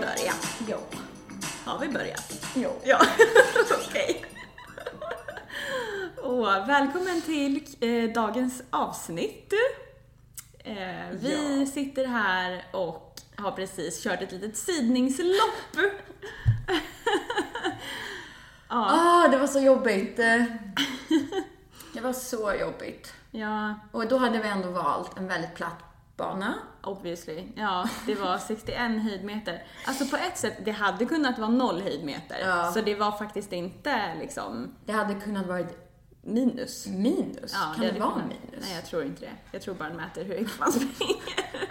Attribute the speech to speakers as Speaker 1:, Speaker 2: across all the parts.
Speaker 1: börja?
Speaker 2: Jo.
Speaker 1: Har vi börjat?
Speaker 2: Jo.
Speaker 1: Ja, okej. Och välkommen till eh, dagens avsnitt. Eh, vi
Speaker 2: Ja.
Speaker 1: sitter här och har precis kört ett litet sidningslopp. ja,
Speaker 2: Ah, det var så jobbigt. Eh, Det var så jobbigt.
Speaker 1: ja,
Speaker 2: Och då hade vi ändå valt en väldigt platt bana.
Speaker 1: obviously. Ja, det var 61 höjdmeter. Alltså på ett sätt, det hade kunnat vara noll höjdmeter.
Speaker 2: Ja.
Speaker 1: Så det var faktiskt inte liksom
Speaker 2: Det hade kunnat vara
Speaker 1: minus.
Speaker 2: minus. kan det,
Speaker 1: hade
Speaker 2: vara
Speaker 1: kunnat-
Speaker 2: minus?
Speaker 1: Nej, jag tror inte det. Jag tror bara den mäter hur högt man springer.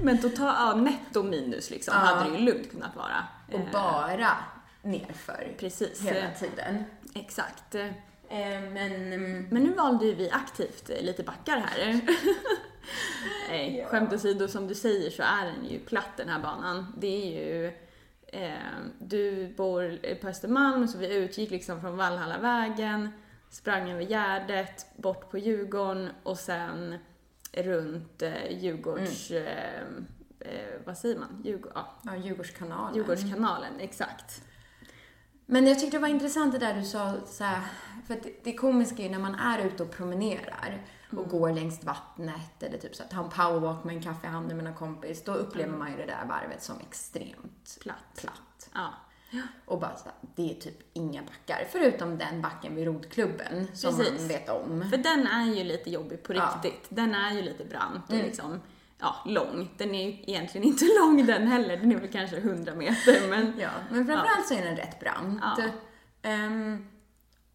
Speaker 1: Men totalt, ja, netto minus liksom,
Speaker 2: Ja.
Speaker 1: hade det ju lugnt kunnat vara. Eh,
Speaker 2: Och bara nerför
Speaker 1: Precis.
Speaker 2: hela
Speaker 1: Eh,
Speaker 2: tiden.
Speaker 1: Exakt. Eh,
Speaker 2: Eh, Men mm,
Speaker 1: Men nu valde ju vi aktivt eh, lite backar här. Nej,
Speaker 2: Ja.
Speaker 1: skämt åsido, som du säger så är den ju platt den här banan. Det är ju... Eh, du bor eh, på Östermalm, så vi utgick liksom från Valhallavägen, sprang över Gärdet, bort på Djurgården och sen runt eh, Djurgårds... Eh, eh, vad säger man? Djurgård, ja,
Speaker 2: ja, Djurgårdskanalen.
Speaker 1: Djurgårdskanalen, exakt.
Speaker 2: Men jag tyckte det var intressant det där du sa, så här, för att det- det komiska är ju när man är ute och promenerar och
Speaker 1: Mm.
Speaker 2: går längs vattnet eller typ så här, tar en powerwalk med en kaffe i handen med någon kompis, då upplever
Speaker 1: Mm.
Speaker 2: man ju det där varvet som extremt
Speaker 1: Platt.
Speaker 2: platt.
Speaker 1: Ja,
Speaker 2: Och bara så här, det är typ inga backar, förutom den backen vid rodklubben som
Speaker 1: Precis.
Speaker 2: man vet om.
Speaker 1: För den är ju lite jobbig på
Speaker 2: Ja. Mm.
Speaker 1: riktigt. Den är ju lite brant och liksom, ja, lång. Den är ju egentligen inte lång den heller, den är väl kanske 100 meter men
Speaker 2: Ja, men framförallt så är den rätt brant.
Speaker 1: Ja.
Speaker 2: Ehm,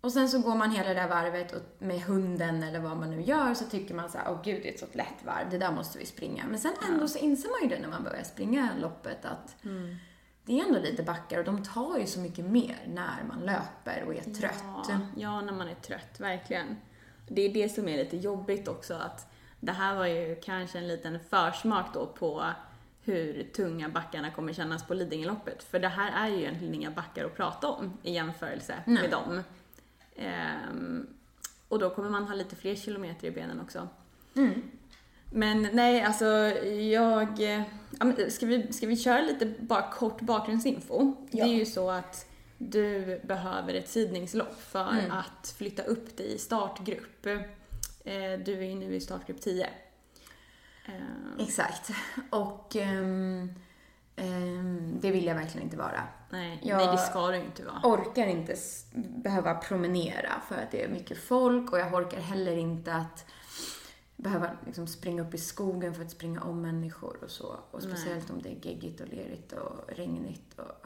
Speaker 2: och sen så går man hela det där varvet och med hunden eller vad man nu gör så tycker man så här, åh gud det är ett så lätt varv, det där måste vi springa. Men sen ändå så inser man ju det när man börjar springa loppet att
Speaker 1: Mm.
Speaker 2: det är ändå lite backar och de tar ju så mycket mer när man löper och är trött.
Speaker 1: Ja, ja, när man är trött, verkligen. Det är det som är lite jobbigt också att det här var ju kanske en liten försmak då på hur tunga backarna kommer kännas på Lidingöloppet. För det här är ju egentligen inga backar att prata om i jämförelse med dem. Ehm, och då kommer man ha lite fler kilometer i benen också. Mm. Men nej, alltså jag... eh, ja, men Ska vi, ska vi köra lite bara kort bakgrundsinfo?
Speaker 2: Ja.
Speaker 1: Det är ju så att du behöver ett sidningslopp för
Speaker 2: Mm.
Speaker 1: att flytta upp dig i startgrupp. Eh, Du är ju nu i startgrupp 10. Eh,
Speaker 2: Exakt. Och ehm, ehm, det vill jag verkligen inte vara.
Speaker 1: Nej,
Speaker 2: Jag-
Speaker 1: nej, det ska du ju inte vara.
Speaker 2: orkar inte s- behöva promenera för att det är mycket folk och jag orkar heller inte att behöva liksom springa upp i skogen för att springa om människor och så. Och speciellt om det är geggigt och lerigt och regnigt. Och...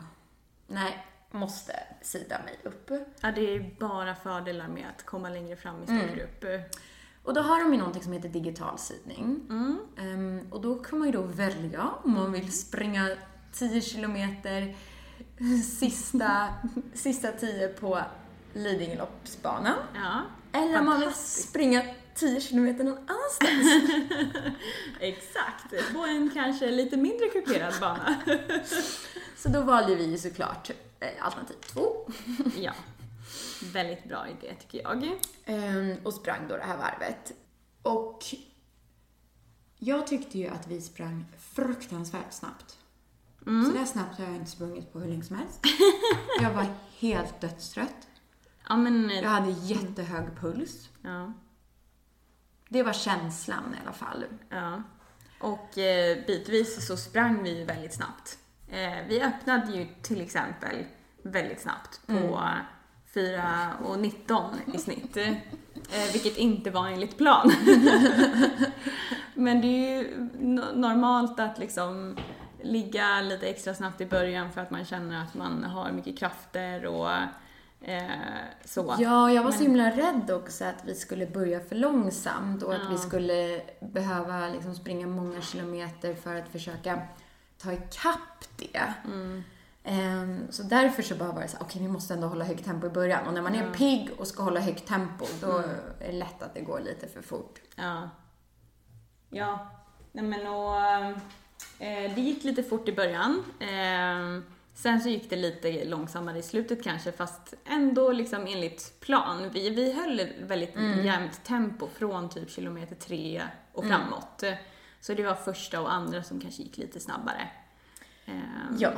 Speaker 2: Nej, måste sida mig upp.
Speaker 1: Ja, det är bara fördelar med att komma längre fram i
Speaker 2: Mm.
Speaker 1: startgrupp.
Speaker 2: Och då har de ju någonting som heter digital sidning.
Speaker 1: Mm,
Speaker 2: Ehm, och då kan man ju då välja om man vill springa 10 kilometer sista, sista 10 på Lidingöloppsbanan.
Speaker 1: Ja,
Speaker 2: Eller om man vill springa 10 kilometer någon annanstans.
Speaker 1: exakt. På en kanske lite mindre kuperad bana.
Speaker 2: Så då valde vi ju såklart eh, alternativ två.
Speaker 1: Ja. Väldigt bra idé tycker jag.
Speaker 2: Ehm, och sprang då det här varvet. Och jag tyckte ju att vi sprang fruktansvärt snabbt. Så där snabbt har jag inte sprungit på hur länge som helst. Jag var helt dödstrött.
Speaker 1: Ja men,
Speaker 2: Jag hade jättehög puls.
Speaker 1: ja.
Speaker 2: Det var känslan i alla fall.
Speaker 1: ja. Och eh, bitvis så sprang vi ju väldigt snabbt. Eh, vi öppnade ju till exempel väldigt snabbt på 4.19 i snitt. Eh, vilket inte var enligt plan. men det är ju no- normalt att liksom ligga lite extra snabbt i början för att man känner att man har mycket krafter och eh, så.
Speaker 2: Ja, jag var så himla rädd också att vi skulle börja för långsamt och att vi skulle behöva liksom springa många kilometer för att försöka ta ikapp det.
Speaker 1: Mm.
Speaker 2: Ehm, Så därför så bara var det så här, okej vi måste ändå hålla högt tempo i början. Och när man är pigg och ska hålla högt tempo, då är det lätt att det går lite för fort.
Speaker 1: Ja. Ja. Nej men och, eh, det gick lite fort i början. Eh, sen så gick det lite långsammare i slutet kanske, fast ändå liksom enligt plan. Vi, vi höll ett väldigt jämnt tempo från typ kilometer tre och framåt. Så det var första och andra som kanske gick lite snabbare. Ehm,
Speaker 2: Ja.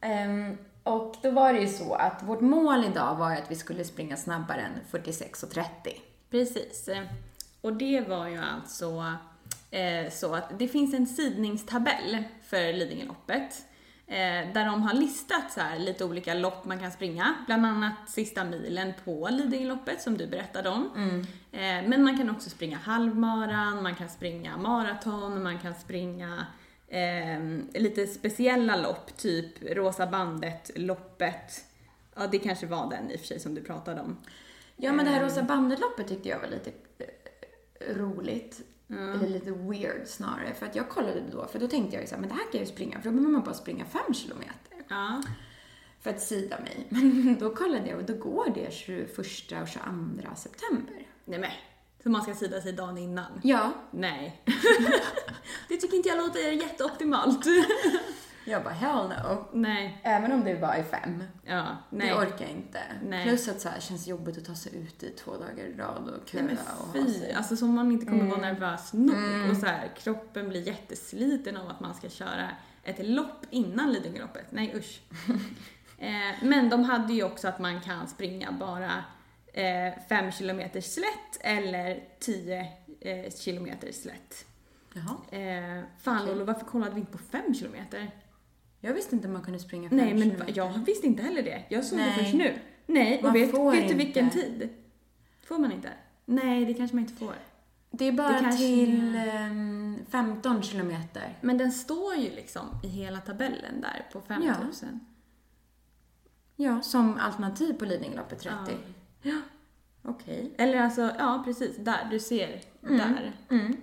Speaker 2: Ehm, och då var det ju så att vårt mål idag var ju att vi skulle springa snabbare än 46.30.
Speaker 1: Precis. Eh, Och det var ju alltså eh, så att det finns en sidningstabell för Lidingöloppet eh, där de har listat så här lite olika lopp man kan springa, bland annat sista milen på Lidingöloppet som du berättade om. Eh, men man kan också springa halvmaran, man kan springa maraton, man kan springa eh, lite speciella lopp, typ Rosa bandet-loppet. Ja, det kanske var den i och för sig som du pratade om.
Speaker 2: Ja, men det här
Speaker 1: Ehm.
Speaker 2: Rosa bandet-loppet tyckte jag var lite eh, roligt. Eller lite weird snarare. För att jag kollade då, för då tänkte jag ju så här, men det här kan jag ju springa. För då behöver man bara springa 5 kilometer
Speaker 1: Ja.
Speaker 2: för att sida mig. Men då kollade jag och då går det 21 och 22 september.
Speaker 1: Nej men, så man ska sida sig dagen innan?
Speaker 2: Ja,
Speaker 1: Nej. det tycker inte jag låter jätteoptimalt.
Speaker 2: jag bara hell no.
Speaker 1: nej.
Speaker 2: Även om det var i fem.
Speaker 1: Ja,
Speaker 2: Nej.
Speaker 1: nej.
Speaker 2: Det orkar jag inte.
Speaker 1: Nej.
Speaker 2: Plus att så här, känns jobbigt att ta sig ut i två dagar i rad och köa
Speaker 1: Nej men
Speaker 2: och ha
Speaker 1: fy,
Speaker 2: sig.
Speaker 1: alltså som man inte kommer vara nervös nog och så här, kroppen blir jättesliten av att man ska köra ett lopp innan Lidingöloppet. Nej usch. eh, men de hade ju också att man kan springa bara 5 kilometer slätt eller 10 eh, kilometer slätt.
Speaker 2: Jaha.
Speaker 1: Eh, fan
Speaker 2: Okej.
Speaker 1: Lollo, varför kollade vi inte på 5 kilometer?
Speaker 2: Jag visste inte man kunde springa fem
Speaker 1: Nej, men va-
Speaker 2: kilometer.
Speaker 1: jag visste inte heller det. Jag såg
Speaker 2: Nej.
Speaker 1: det först nu. Nej,
Speaker 2: Man
Speaker 1: och vet,
Speaker 2: får
Speaker 1: vet du vilken
Speaker 2: inte.
Speaker 1: tid? Får man inte? Nej, det kanske man inte får.
Speaker 2: Det är bara
Speaker 1: Det kanske-
Speaker 2: till ehm, 15 kilometer.
Speaker 1: Men den står ju liksom i hela tabellen där på 5000.
Speaker 2: Ja, som alternativ på Lidingöloppet 30.
Speaker 1: Ja. Ja.
Speaker 2: Okej.
Speaker 1: Eller alltså, ja precis, där. Du ser. Där.
Speaker 2: Mm.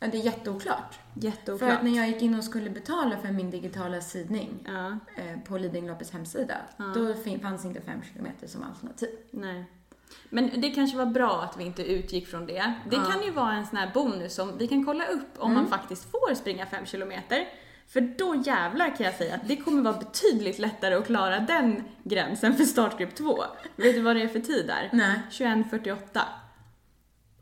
Speaker 2: Ja, det är jätteoklart. För
Speaker 1: Jätteoklart.
Speaker 2: att när jag gick in och skulle betala för min digitala sidning
Speaker 1: Ja,
Speaker 2: eh, på Lidingöloppets hemsida, då fin- fanns inte 5 kilometer som alternativ.
Speaker 1: nej. Men det kanske var bra att vi inte utgick från det. Det
Speaker 2: Ja. Mm.
Speaker 1: kan ju vara en sån här bonus som vi kan kolla upp om man faktiskt får springa 5 kilometer. För då jävlar kan jag säga att det kommer vara betydligt lättare att klara den gränsen för startgrupp 2. Vet du vad det är för tid där?
Speaker 2: Nej.
Speaker 1: 21.48.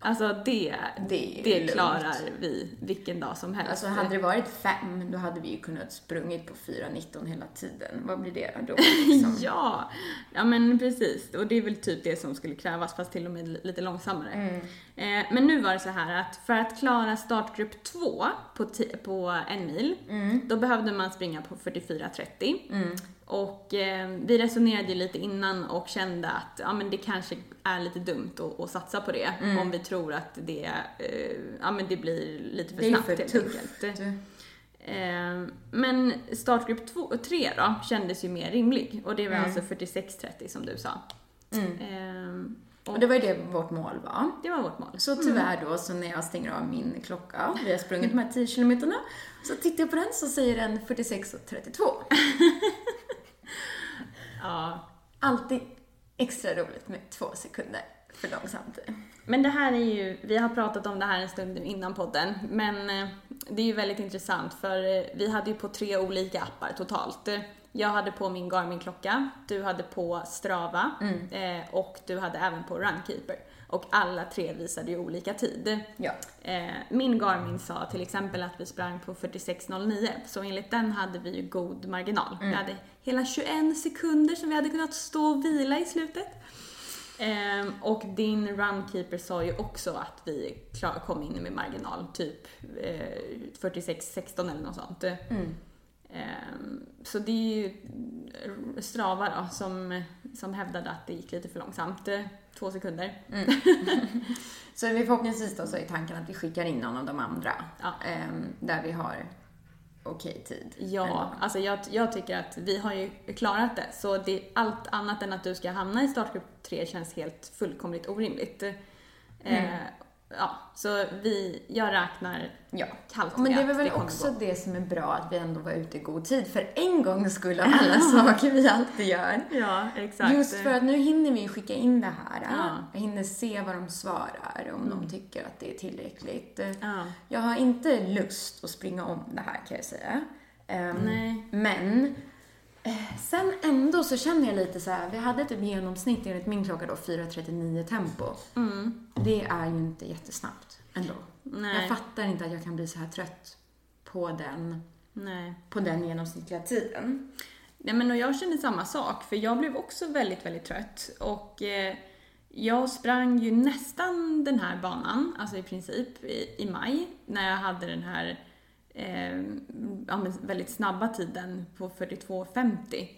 Speaker 1: Alltså det,
Speaker 2: Det är lugnt.
Speaker 1: klarar vi vilken dag som helst.
Speaker 2: Alltså hade det varit fem, då hade vi ju kunnat sprungit på 4.19 hela tiden. Vad blir det då? Liksom.
Speaker 1: Ja, ja men precis. Och det är väl typ det som skulle krävas, fast till och med lite långsammare. Eh, men nu var det så här att för att klara startgrupp 2 på, ti- på en mil,
Speaker 2: mm.
Speaker 1: då behövde man springa på 44.30. Och eh, vi resonerade ju lite innan och kände att ja, men det kanske är lite dumt att, att satsa på det
Speaker 2: Mm.
Speaker 1: om vi tror att det, eh, ja, men det blir lite för
Speaker 2: Det är
Speaker 1: snabbt
Speaker 2: för
Speaker 1: helt
Speaker 2: tufft.
Speaker 1: enkelt. Eh, Men startgrupp 3 då kändes ju mer rimlig och det var
Speaker 2: Mm.
Speaker 1: alltså 46.30 som du sa. Eh,
Speaker 2: Och det var ju det vårt mål var.
Speaker 1: Det var vårt mål.
Speaker 2: Så tyvärr då, så när jag stänger av min klocka, vi har sprungit de här 10 kilometerna, så tittar jag på den så säger den 46.32.
Speaker 1: Ja.
Speaker 2: Alltid extra roligt med två sekunder för långsamt.
Speaker 1: Men det här är ju, vi har pratat om det här en stund nu innan podden, men eh, det är ju väldigt intressant för eh, vi hade ju på tre olika appar totalt. Eh, Jag hade på min Garmin-klocka, du hade på Strava eh, och du hade även på Runkeeper. Och alla tre visade ju olika tid.
Speaker 2: Ja.
Speaker 1: Eh, Min Garmin sa till exempel att vi sprang på 46.09, så enligt den hade vi ju god marginal. Vi hade hela 21 sekunder som vi hade kunnat stå och vila i slutet. Ehm, och din runkeeper sa ju också att vi klar, kom in med marginal, typ eh, 46-16 eller något sånt. Mm. Ehm, så det är ju Strava då, som, som hävdade att det gick lite för långsamt, eh, två sekunder.
Speaker 2: Så vi förhoppningsvis då så är tanken att vi skickar in någon av de andra,
Speaker 1: Ja.
Speaker 2: ehm, där vi har okej tid.
Speaker 1: Ja, alltså jag, jag tycker att vi har ju klarat det. Så det, allt annat än att du ska hamna i startgrupp 3 känns helt fullkomligt orimligt.
Speaker 2: Mm.
Speaker 1: Eh, ja, så vi, jag räknar
Speaker 2: Ja.
Speaker 1: kallt
Speaker 2: Men
Speaker 1: med
Speaker 2: det var
Speaker 1: att
Speaker 2: väl
Speaker 1: kommer
Speaker 2: också
Speaker 1: gå.
Speaker 2: det som är bra, att vi ändå var ute i god tid för en gångs skull av alla saker vi alltid gör.
Speaker 1: Ja, exakt.
Speaker 2: Just för att nu hinner vi skicka in det här.
Speaker 1: Ja. Mm.
Speaker 2: Jag hinner se vad de svarar, om de tycker att det är tillräckligt.
Speaker 1: Ja.
Speaker 2: Jag har inte lust att springa om det här kan jag säga. Ehm,
Speaker 1: Nej.
Speaker 2: Men eh, sen ändå så känner jag lite så här, vi hade typ genomsnitt enligt min klocka då 4.39 tempo. Det är ju inte jättesnabbt ändå.
Speaker 1: Mm. Nej.
Speaker 2: Jag fattar inte att jag kan bli så här trött på den
Speaker 1: Nej.
Speaker 2: på den genomsnittliga tiden.
Speaker 1: Nej men och jag kände samma sak, för jag blev också väldigt, väldigt trött. Och eh, jag sprang ju nästan den här banan, alltså i princip, i, i maj, när jag hade den här eh, ja, men väldigt snabba tiden på 42.50.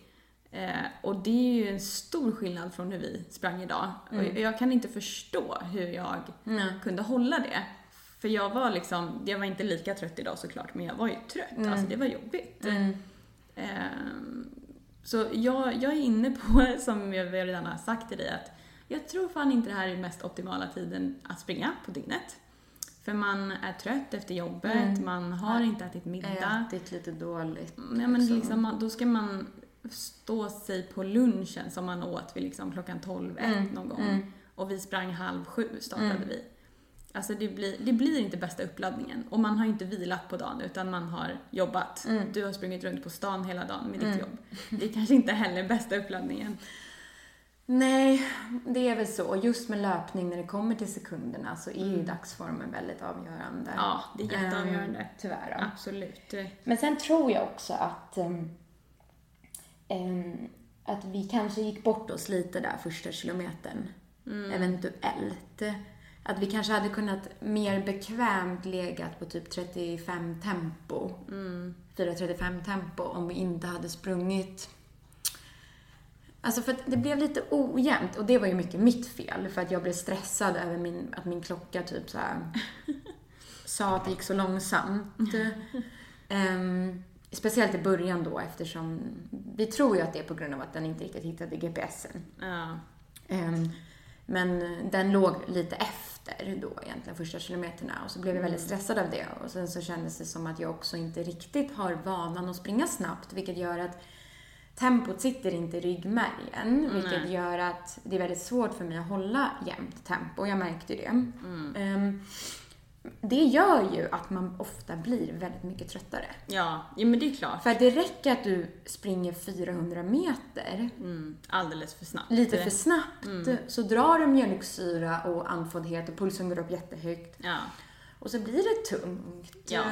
Speaker 1: Eh, och det är ju en stor skillnad från hur vi sprang idag. Och jag kan inte förstå hur jag
Speaker 2: Nej.
Speaker 1: kunde hålla det. För jag var liksom, jag var inte lika trött idag såklart, men jag var ju trött. Alltså det var jobbigt. Ehm, Så jag, jag är inne på, som jag redan har sagt till dig, att jag tror fan inte det här är den mest optimala tiden att springa på dygnet. För man är trött efter jobbet, man har inte ätit middag.
Speaker 2: Ätit lite dåligt.
Speaker 1: Nej, men liksom, man- då ska man stå sig på lunchen som man åt vid liksom klockan 12
Speaker 2: Mm,
Speaker 1: ett någon gång. Och vi sprang halv sju, startade vi. Alltså det blir, det blir inte bästa uppladdningen. Och man har inte vilat på dagen utan man har jobbat. Du har sprungit runt på stan hela dagen med
Speaker 2: Mm.
Speaker 1: ditt jobb. Det är kanske inte heller bästa uppladdningen.
Speaker 2: Nej, det är väl så. Och just med löpning när det kommer till sekunderna så är ju dagsformen väldigt avgörande.
Speaker 1: Mm. Ja, det är jätteavgörande.
Speaker 2: Ehm, tyvärr. då.
Speaker 1: Absolut.
Speaker 2: Men sen tror jag också att, ehm, ehm, att vi kanske gick bort oss lite där första kilometern. Eventuellt. Att vi kanske hade kunnat mer bekvämt legat på typ 35 tempo. 4.35 tempo om vi inte hade sprungit. Alltså för att det blev lite ojämnt och det var ju mycket mitt fel för att jag blev stressad över min, att min klocka typ så här sa att det gick så långsamt. Ehm, speciellt i början då eftersom vi tror ju att det är på grund av att den inte riktigt hittade GPSen.
Speaker 1: Ja.
Speaker 2: Ehm, men den låg lite efter då egentligen första kilometerna och så blev jag väldigt stressad av det och sen så kändes det som att jag också inte riktigt har vanan att springa snabbt vilket gör att tempot sitter inte i ryggmärgen vilket gör att det är väldigt svårt för mig att hålla jämnt tempo. Jag märkte ju det.
Speaker 1: mm.
Speaker 2: Ehm, det gör ju att man ofta blir väldigt mycket tröttare.
Speaker 1: Ja, ja, men det är klart.
Speaker 2: För att det räcker att du springer 400 meter
Speaker 1: Mm, alldeles för snabbt.
Speaker 2: lite för snabbt
Speaker 1: Mm.
Speaker 2: så drar du mjölksyra och andfåddhet och pulsen går upp jättehögt.
Speaker 1: Ja.
Speaker 2: Och så blir det tungt.
Speaker 1: Ja.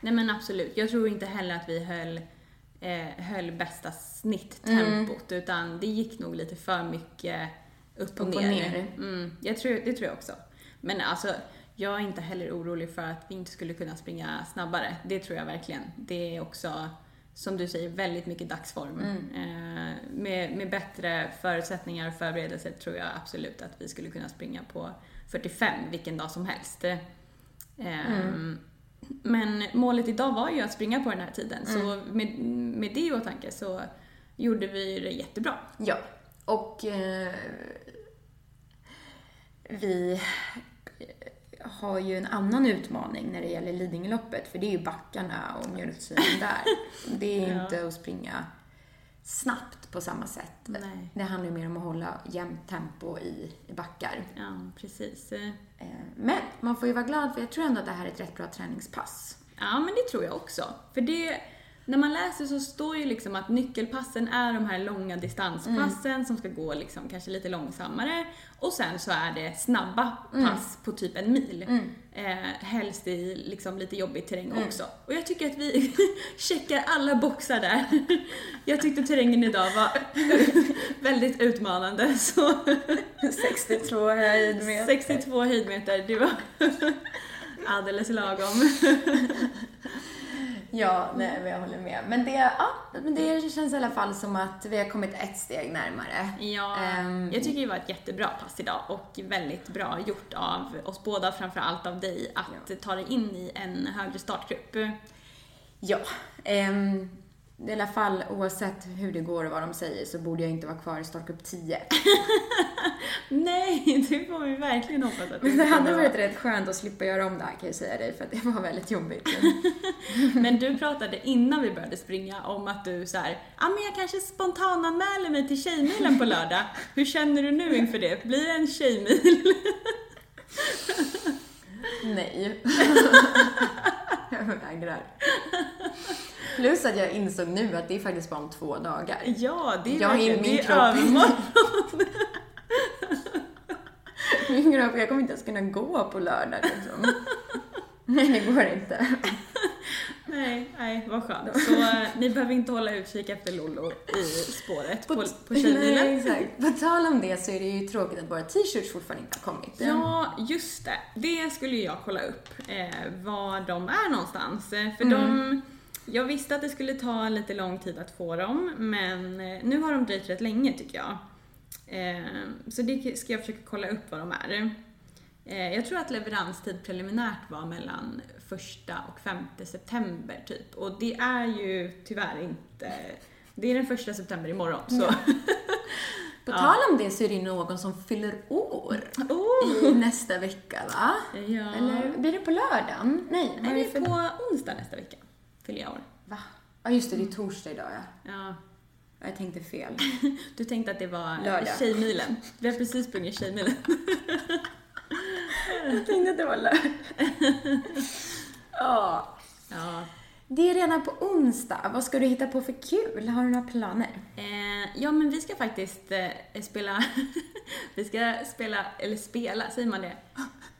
Speaker 1: Nej men absolut. Jag tror inte heller att vi höll, eh, höll bästa snitttempot utan det gick nog lite för mycket upp och,
Speaker 2: Mm. Upp och
Speaker 1: ner.
Speaker 2: ner.
Speaker 1: Mm, jag tror, det tror jag också. Men alltså, jag är inte heller orolig för att vi inte skulle kunna springa snabbare. Det tror jag verkligen. Det är också, som du säger, väldigt mycket dagsform.
Speaker 2: Mm.
Speaker 1: Eh, med, med bättre förutsättningar och förberedelser tror jag absolut att vi skulle kunna springa på 45 vilken dag som helst. Eh, Ehm,
Speaker 2: Mm.
Speaker 1: Men målet idag var ju att springa på den här tiden, så med, med det i åtanke så gjorde vi det jättebra.
Speaker 2: Ja. Och eh, vi har ju en annan utmaning när det gäller Lidingöloppet för det är ju backarna och mjölksyran där. Det är
Speaker 1: Ja.
Speaker 2: inte att springa snabbt på samma sätt.
Speaker 1: Nej.
Speaker 2: Det handlar ju mer om att hålla jämnt tempo i, i backar.
Speaker 1: Ja, precis.
Speaker 2: Eh, Men man får ju vara glad för jag tror ändå att det här är ett rätt bra träningspass.
Speaker 1: Ja, men det tror jag också. För det, när man läser så står ju liksom att nyckelpassen är de här långa distanspassen som ska gå liksom kanske lite långsammare och sen så är det snabba pass på typ en mil.
Speaker 2: Mm.
Speaker 1: Eh, helst i liksom lite jobbig terräng också. Och jag tycker att vi checkar alla boxar där. jag tyckte terrängen idag var väldigt utmanande så
Speaker 2: 62 höjd
Speaker 1: 62 höjdmeter, det var alldeles lagom.
Speaker 2: Ja, nej, men jag håller med. Men det, ja, men det känns i alla fall som att vi har kommit ett steg närmare.
Speaker 1: Ja,
Speaker 2: Ehm,
Speaker 1: jag tycker det var ett jättebra pass idag och väldigt bra gjort av oss båda, framförallt av dig, att ta dig in i en högre startgrupp.
Speaker 2: Ja. ehm, I alla fall oavsett hur det går och vad de säger så borde jag inte vara kvar i startgrupp 10.
Speaker 1: Nej, det får vi verkligen hoppas att du
Speaker 2: Men det
Speaker 1: inte
Speaker 2: hade
Speaker 1: kommer
Speaker 2: varit rätt skönt att slippa göra om det här kan jag säga dig för att det var väldigt jobbigt.
Speaker 1: vara. Men du pratade innan vi började springa om att du så här, ah, men jag kanske spontananmäler mig till Tjejmilen på lördag. Hur känner du nu inför det? Blir det en tjejmil?
Speaker 2: Nej. jag vägrar. Plus att jag insåg nu att det är faktiskt bara om två dagar.
Speaker 1: Ja, det är
Speaker 2: Jag är
Speaker 1: verkligen,
Speaker 2: min
Speaker 1: det
Speaker 2: kropp.
Speaker 1: är övermorgon.
Speaker 2: Min grupp, jag kommer inte ens kunna gå på lördag liksom. Nej, det går inte.
Speaker 1: Nej, Nej, nej, vad skönt. Så eh, ni behöver inte hålla utkik efter Lollo i spåret på, på Tjejmilen.
Speaker 2: Nej, exakt. På tal om det så är det ju tråkigt att våra t-shirts fortfarande inte har kommit.
Speaker 1: Ja, just det. Det skulle ju jag kolla upp, eh, var de är någonstans. Eh, För de, jag visste att det skulle ta lite lång tid att få dem, men eh, nu har de dröjt rätt länge tycker jag. Eh, så det ska jag försöka kolla upp var de är. Eh, jag tror att leveranstid preliminärt var mellan första och femte september typ. Och det är ju tyvärr inte... Det är den första september imorgon, så...
Speaker 2: På tal om det så är det ju någon som fyller år
Speaker 1: Oh,
Speaker 2: i nästa vecka va?
Speaker 1: ja.
Speaker 2: Eller blir det på lördagen? Nej, vad är
Speaker 1: Nej,
Speaker 2: det
Speaker 1: det
Speaker 2: för...
Speaker 1: är på onsdag nästa vecka. Fyller jag år.
Speaker 2: Va? Ja just det,
Speaker 1: Mm.
Speaker 2: det är torsdag idag ja.
Speaker 1: Ja.
Speaker 2: Jag tänkte fel.
Speaker 1: Du tänkte att det var
Speaker 2: Lördag.
Speaker 1: Lördag. Tjejmilen. Vi har precis sprungit Tjejmilen.
Speaker 2: Jag tänkte att det var lördag. Ja.
Speaker 1: Ja.
Speaker 2: Det är redan på onsdag. Vad ska du hitta på för kul? Har du några planer?
Speaker 1: Eh, ja, men vi ska faktiskt eh, spela... vi ska spela, eller spela, säger man det?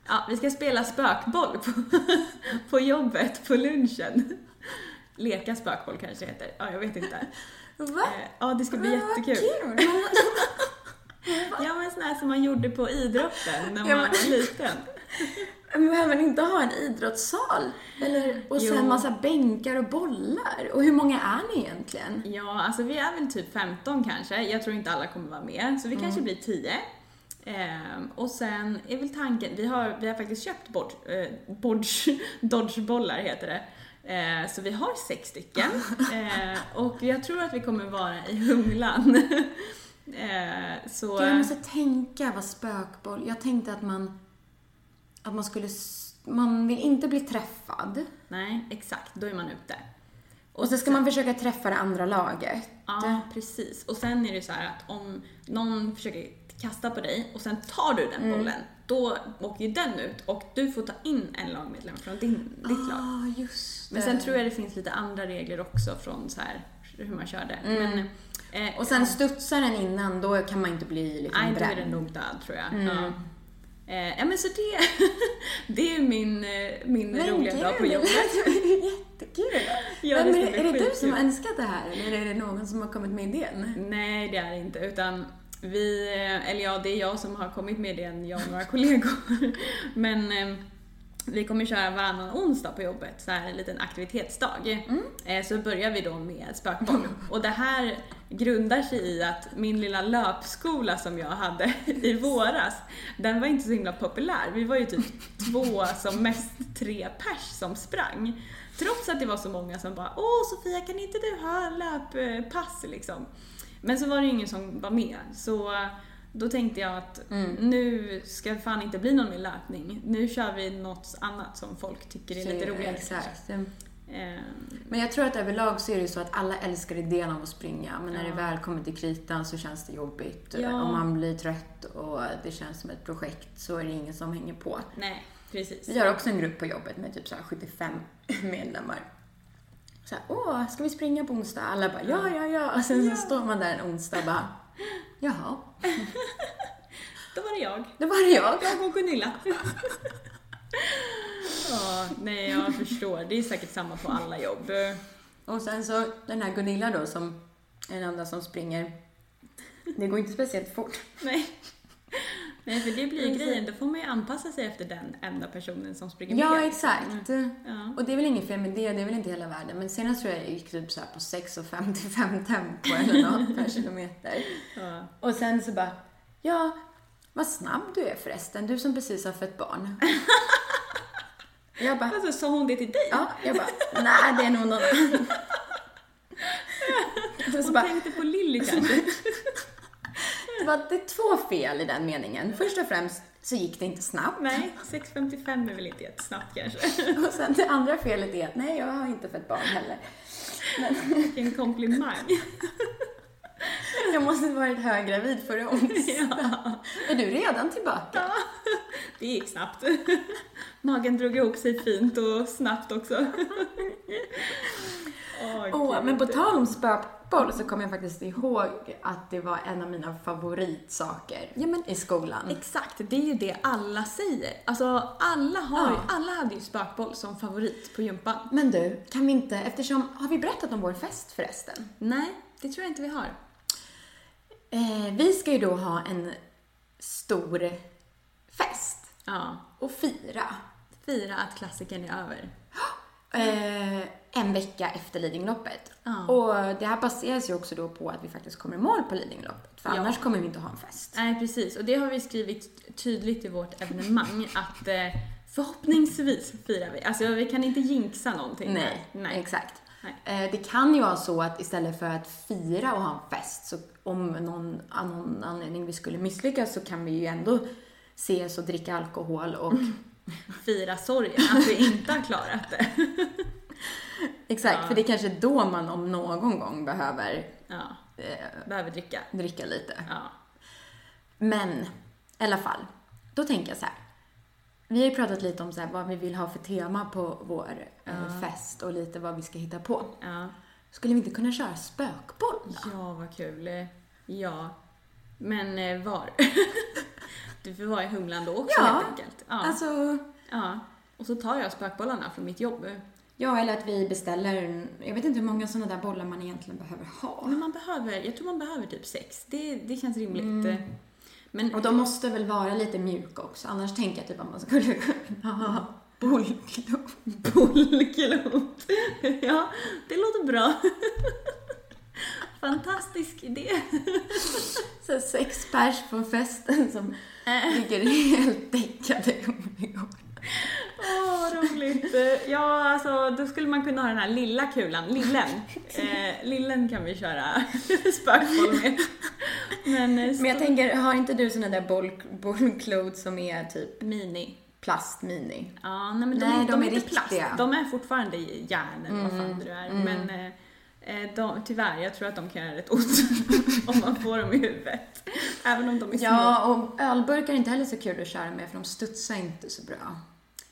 Speaker 1: Ja, vi ska spela spökboll på, på jobbet, på lunchen. Leka spökboll kanske det heter. Ja, jag vet inte.
Speaker 2: Va?
Speaker 1: Eh, ja, det ska bli
Speaker 2: Men vad
Speaker 1: jättekul.
Speaker 2: kul.
Speaker 1: Ja, men sån här som man gjorde på idrotten när man
Speaker 2: Ja, men-
Speaker 1: var liten.
Speaker 2: Men Behöver ni inte ha en idrottssal? Eller, och
Speaker 1: Jo.
Speaker 2: sen massa bänkar och bollar? Och hur många är ni egentligen?
Speaker 1: Ja, alltså vi är väl typ 15 kanske. Jag tror inte alla kommer vara med, så vi kanske blir 10. Ehm, och sen är väl tanken, vi har, vi har faktiskt köpt bord, eh, bords, dodgebollar heter det. Eh, så vi har sex stycken. Eh, och jag tror att vi kommer vara i Humlan. Eh, så...
Speaker 2: Gud, jag måste tänka vad spökboll... Jag tänkte att man... Att man skulle... s- Man vill inte bli träffad.
Speaker 1: Nej, exakt. Då är man ute.
Speaker 2: Och så ska man försöka träffa det andra laget.
Speaker 1: Ja, precis. Och sen är det så här att om någon försöker kasta på dig och sen tar du den
Speaker 2: Mm.
Speaker 1: bollen, då åker ju den ut och du får ta in en lagmedlem från din, ditt lag.
Speaker 2: ah, just det.
Speaker 1: Men sen tror jag det finns lite andra regler också från så här hur man körde. Men, eh,
Speaker 2: Mm. Och sen studsar den innan, då kan man inte bli liksom Mm.
Speaker 1: Nej, då är den
Speaker 2: bränd.
Speaker 1: nog död tror jag. Ja. Eh, ja men så det, det är min, eh, min roliga dag på
Speaker 2: gud,
Speaker 1: jobbet.
Speaker 2: Det är jättekul!
Speaker 1: Ja,
Speaker 2: Men
Speaker 1: det
Speaker 2: är,
Speaker 1: ska bli
Speaker 2: det- är det du
Speaker 1: skitkul.
Speaker 2: som har önskat det här, eller är det någon som har kommit med idén?
Speaker 1: Nej, det är det inte. Utan vi, eh, eller ja, det är jag som har kommit med den, jag och några kollegor. Men eh, vi kommer köra varannan onsdag på jobbet, så här en liten aktivitetsdag. Eh, Så börjar vi då med spökboll. Och det här grundar sig i att min lilla löpskola som jag hade i våras, den var inte så himla populär. Vi var ju typ två, som mest tre pers som sprang. Trots att det var så många som bara “Åh Sofia, kan inte du ha löppass?” liksom. Men så var det ju ingen som var med, så eh, då tänkte jag att
Speaker 2: Mm.
Speaker 1: nu ska det fan inte bli någon mer löpning. Nu kör vi något annat som folk tycker är lite
Speaker 2: Så-
Speaker 1: roligare.
Speaker 2: Exakt.
Speaker 1: Ehm,
Speaker 2: Men jag tror att överlag så är det ju så att alla älskar idén om att springa, men när det väl kommer till kritan så känns det jobbigt.
Speaker 1: Ja.
Speaker 2: Om man blir trött och det känns som ett projekt så är det ingen som hänger på.
Speaker 1: Nej, precis.
Speaker 2: Vi har också en grupp på jobbet med typ så här 75 medlemmar. Så här, åh, ska vi springa på onsdag? Alla bara, ja, ja, ja. Och sen så står man där en onsdag och bara, jaha,
Speaker 1: Då var det jag.
Speaker 2: det var det jag.
Speaker 1: Jag och Gunilla. ja, nej, jag förstår. Det är säkert samma på alla jobb.
Speaker 2: Och sen så den här Gunilla då som är den enda som springer. Det går inte speciellt fort.
Speaker 1: Nej. Nej, för det blir ju
Speaker 2: Precis.
Speaker 1: grejen. Då får man ju anpassa sig efter den enda personen som springer
Speaker 2: Ja,
Speaker 1: med.
Speaker 2: exakt.
Speaker 1: Ja.
Speaker 2: Mm. Och det är väl inget fel med det, det är väl inte hela världen. Men senast tror jag jag gick typ så här på 6,55 tempo eller något per kilometer.
Speaker 1: Ja.
Speaker 2: Och sen så bara, ja, vad snabb du är förresten, du som precis har fött barn. Jag bara,
Speaker 1: Alltså, sa hon det till dig?
Speaker 2: ja, jag bara, nej det är nog någon annan. Och så
Speaker 1: Hon
Speaker 2: bara,
Speaker 1: tänkte på Lilly kanske?
Speaker 2: det var det är två fel i den meningen. Först och främst så gick det inte snabbt.
Speaker 1: Nej, 6.55 är väl inte jättesnabbt kanske.
Speaker 2: Och sen det andra felet är att nej, jag har inte fött barn heller.
Speaker 1: Vilken komplimang.
Speaker 2: Jag måste varit höggravid förra onsdagen. Är du redan tillbaka?
Speaker 1: Ja, det gick snabbt. Magen drog ihop sig fint och snabbt också. Åh,
Speaker 2: Åh,
Speaker 1: gud.
Speaker 2: men på tal om spö, fotboll så kommer jag faktiskt ihåg att det var en av mina favoritsaker
Speaker 1: Ja, men-
Speaker 2: i skolan.
Speaker 1: Exakt, det är ju det alla säger. Alltså alla, har ju,
Speaker 2: Ja.
Speaker 1: alla hade ju spökboll som favorit på gympan.
Speaker 2: Men du, kan vi inte, eftersom, har vi berättat om vår fest förresten?
Speaker 1: Nej, det tror jag inte vi har.
Speaker 2: Eh, vi ska ju då ha en stor fest
Speaker 1: Ja.
Speaker 2: och fira.
Speaker 1: Fira att klassiken är över.
Speaker 2: Eh, en vecka efter Lidingöloppet.
Speaker 1: Mm. Ja.
Speaker 2: Och det här baseras ju också då på att vi faktiskt kommer i mål på Lidingöloppet. För
Speaker 1: Ja.
Speaker 2: annars kommer vi inte ha en fest.
Speaker 1: Nej, precis. Och det har vi skrivit tydligt i vårt evenemang att eh, förhoppningsvis firar vi. Alltså vi kan inte jinxa någonting. Nej.
Speaker 2: exakt.
Speaker 1: Nej.
Speaker 2: Eh, det kan ju vara så att istället för att fira och ha en fest, så om någon, av någon anledning vi skulle misslyckas så kan vi ju ändå ses och dricka alkohol och
Speaker 1: Mm. Fira sorgen att vi inte har klarat det.
Speaker 2: Exakt,
Speaker 1: Ja.
Speaker 2: för det är kanske då man om någon gång behöver
Speaker 1: Ja,
Speaker 2: eh,
Speaker 1: behöver dricka.
Speaker 2: dricka lite.
Speaker 1: Ja.
Speaker 2: Men i alla fall, då tänker jag så här. Vi har ju pratat lite om så här, vad vi vill ha för tema på vår eh, fest och lite vad vi ska hitta på.
Speaker 1: Ja.
Speaker 2: Skulle vi inte kunna köra spökboll? då?
Speaker 1: Ja, vad kul. Ja. Men eh, var? Du får vara i Humlan då också
Speaker 2: Ja.
Speaker 1: helt enkelt. Ja.
Speaker 2: Alltså,
Speaker 1: ja. Och så tar jag spökbollarna från mitt jobb.
Speaker 2: ja eller att vi beställer, en- jag vet inte hur många sådana där bollar man egentligen behöver ha.
Speaker 1: Men man behöver, jag tror man behöver typ sex. Det, det känns rimligt. Men
Speaker 2: Mm. Och de måste väl vara lite mjuka också, annars tänker jag typ att man skulle kunna ha bollklubb.
Speaker 1: Bollklot. Ja, det låter bra. Fantastisk idé.
Speaker 2: Så sex pers på festen som
Speaker 1: Eh,
Speaker 2: ligger helt däckade i umgås.
Speaker 1: Åh, vad roligt. Eh, Ja, alltså då skulle man kunna ha den här lilla kulan, lillen. Eh, lillen kan vi köra spökboll med. Men, eh,
Speaker 2: Men jag tänker, har inte du såna där boll- bollklot som är typ
Speaker 1: stor- mini.
Speaker 2: plastmini?
Speaker 1: Ja, nej men de,
Speaker 2: Nej,
Speaker 1: är- de,
Speaker 2: de
Speaker 1: är
Speaker 2: är
Speaker 1: inte plast.
Speaker 2: riktiga. Mm,
Speaker 1: De är fortfarande i järn eller vad fan det nu är. Men eh, eh, de, tyvärr, jag tror att de kan göra rätt ont om man får dem i huvudet. Även om de är små.
Speaker 2: Ja, och ölburkar är inte heller så kul att köra med för de studsar inte så bra.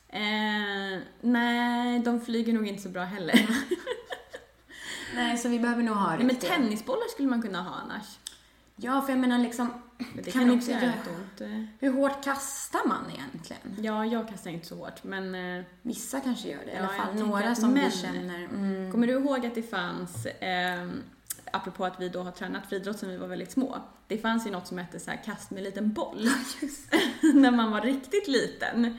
Speaker 1: Eh, nej, de flyger nog inte så bra heller.
Speaker 2: Nej, så vi behöver nog ha
Speaker 1: Nej, men
Speaker 2: riktiga.
Speaker 1: tennisbollar skulle man kunna ha annars.
Speaker 2: Ja, för jag menar liksom,
Speaker 1: Men det
Speaker 2: Kan
Speaker 1: kan,
Speaker 2: inte
Speaker 1: också göra
Speaker 2: jag-
Speaker 1: rätt ont. Eh,
Speaker 2: hur hårt kastar man egentligen?
Speaker 1: Ja, jag kastar inte så hårt, men eh,
Speaker 2: Vissa kanske gör det, i
Speaker 1: Ja,
Speaker 2: alla
Speaker 1: jag
Speaker 2: fall
Speaker 1: tänker
Speaker 2: några
Speaker 1: att
Speaker 2: som vi
Speaker 1: män-
Speaker 2: känner. Mm.
Speaker 1: kommer du ihåg att det fanns, eh, apropå att vi då har tränat friidrott sedan vi var väldigt små, det fanns ju något som hette så här kast med liten boll. när man var riktigt liten.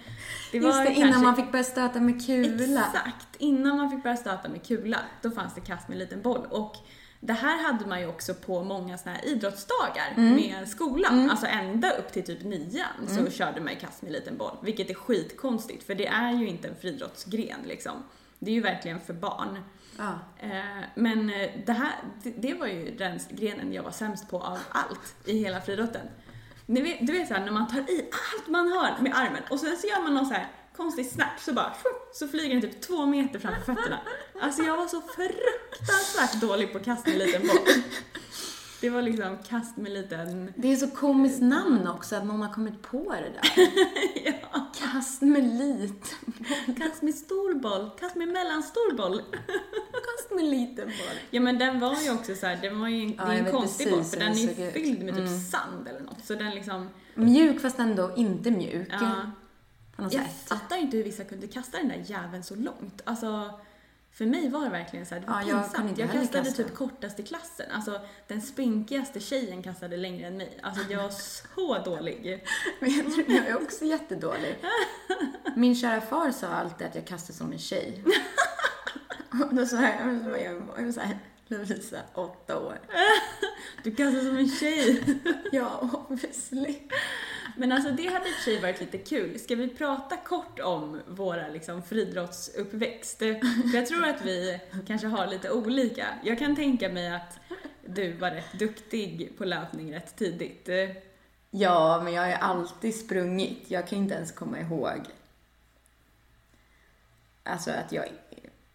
Speaker 1: Det
Speaker 2: Just det,
Speaker 1: kanske-
Speaker 2: innan man fick börja stöta med kula.
Speaker 1: Exakt, innan man fick börja stöta med kula, då fanns det kast med liten boll. Och det här hade man ju också på många såna här idrottsdagar med skolan. Alltså ända upp till typ nian så körde man ju kast med liten boll, vilket är skitkonstigt för det är ju inte en friidrottsgren liksom. Det är ju verkligen för barn.
Speaker 2: Ja.
Speaker 1: Eh, Men eh, det här, det- det var ju den grenen jag var sämst på av allt i hela friidrotten. Ni vet, du vet såhär när man tar i allt man har med armen och sen så gör man någon så här konstig snap så bara shup, så flyger den typ två meter framför fötterna. Alltså jag var så fruktansvärt dålig på kast med liten boll. Det var liksom kast med liten...
Speaker 2: Det är så komiskt namn också, att någon har kommit på det där.
Speaker 1: Ja,
Speaker 2: Kast med liten
Speaker 1: kast med stor boll, kast med mellanstor boll.
Speaker 2: Kast med liten boll.
Speaker 1: Ja men den var ju också såhär, den var ju en,
Speaker 2: Ja,
Speaker 1: det är
Speaker 2: jag
Speaker 1: en
Speaker 2: vet
Speaker 1: konstig
Speaker 2: precis
Speaker 1: boll för
Speaker 2: hur
Speaker 1: den är ju
Speaker 2: den såg ut.
Speaker 1: fylld med typ
Speaker 2: Mm.
Speaker 1: sand eller något så den liksom
Speaker 2: Mjuk fast ändå inte mjuk.
Speaker 1: Ja.
Speaker 2: På något
Speaker 1: Jag
Speaker 2: sätt.
Speaker 1: fattar inte hur vissa kunde kasta den där jäveln så långt. Alltså, för mig var det verkligen så här, det var
Speaker 2: Ja, jag kunde
Speaker 1: pinsamt.
Speaker 2: inte
Speaker 1: Jag,
Speaker 2: heller
Speaker 1: kastade
Speaker 2: kasta.
Speaker 1: typ kortast i klassen. Alltså, den spinkigaste tjejen kastade längre än mig. Alltså, jag var så dålig.
Speaker 2: Men jag tror jag är också jättedålig. Min kära far sa alltid att jag kastar som en tjej. Och då sa jag, jag var jag var så här, Lovisa, åtta år.
Speaker 1: Du kastade som en tjej.
Speaker 2: Ja, obviously.
Speaker 1: Men alltså, det hade i och för sig varit lite kul. Ska vi prata kort om våra liksom, friidrottsuppväxt? För jag tror att vi kanske har lite olika. Jag kan tänka mig att du var rätt duktig på löpning rätt tidigt.
Speaker 2: Ja, men jag har ju alltid sprungit. Jag kan inte ens komma ihåg. Alltså att jag,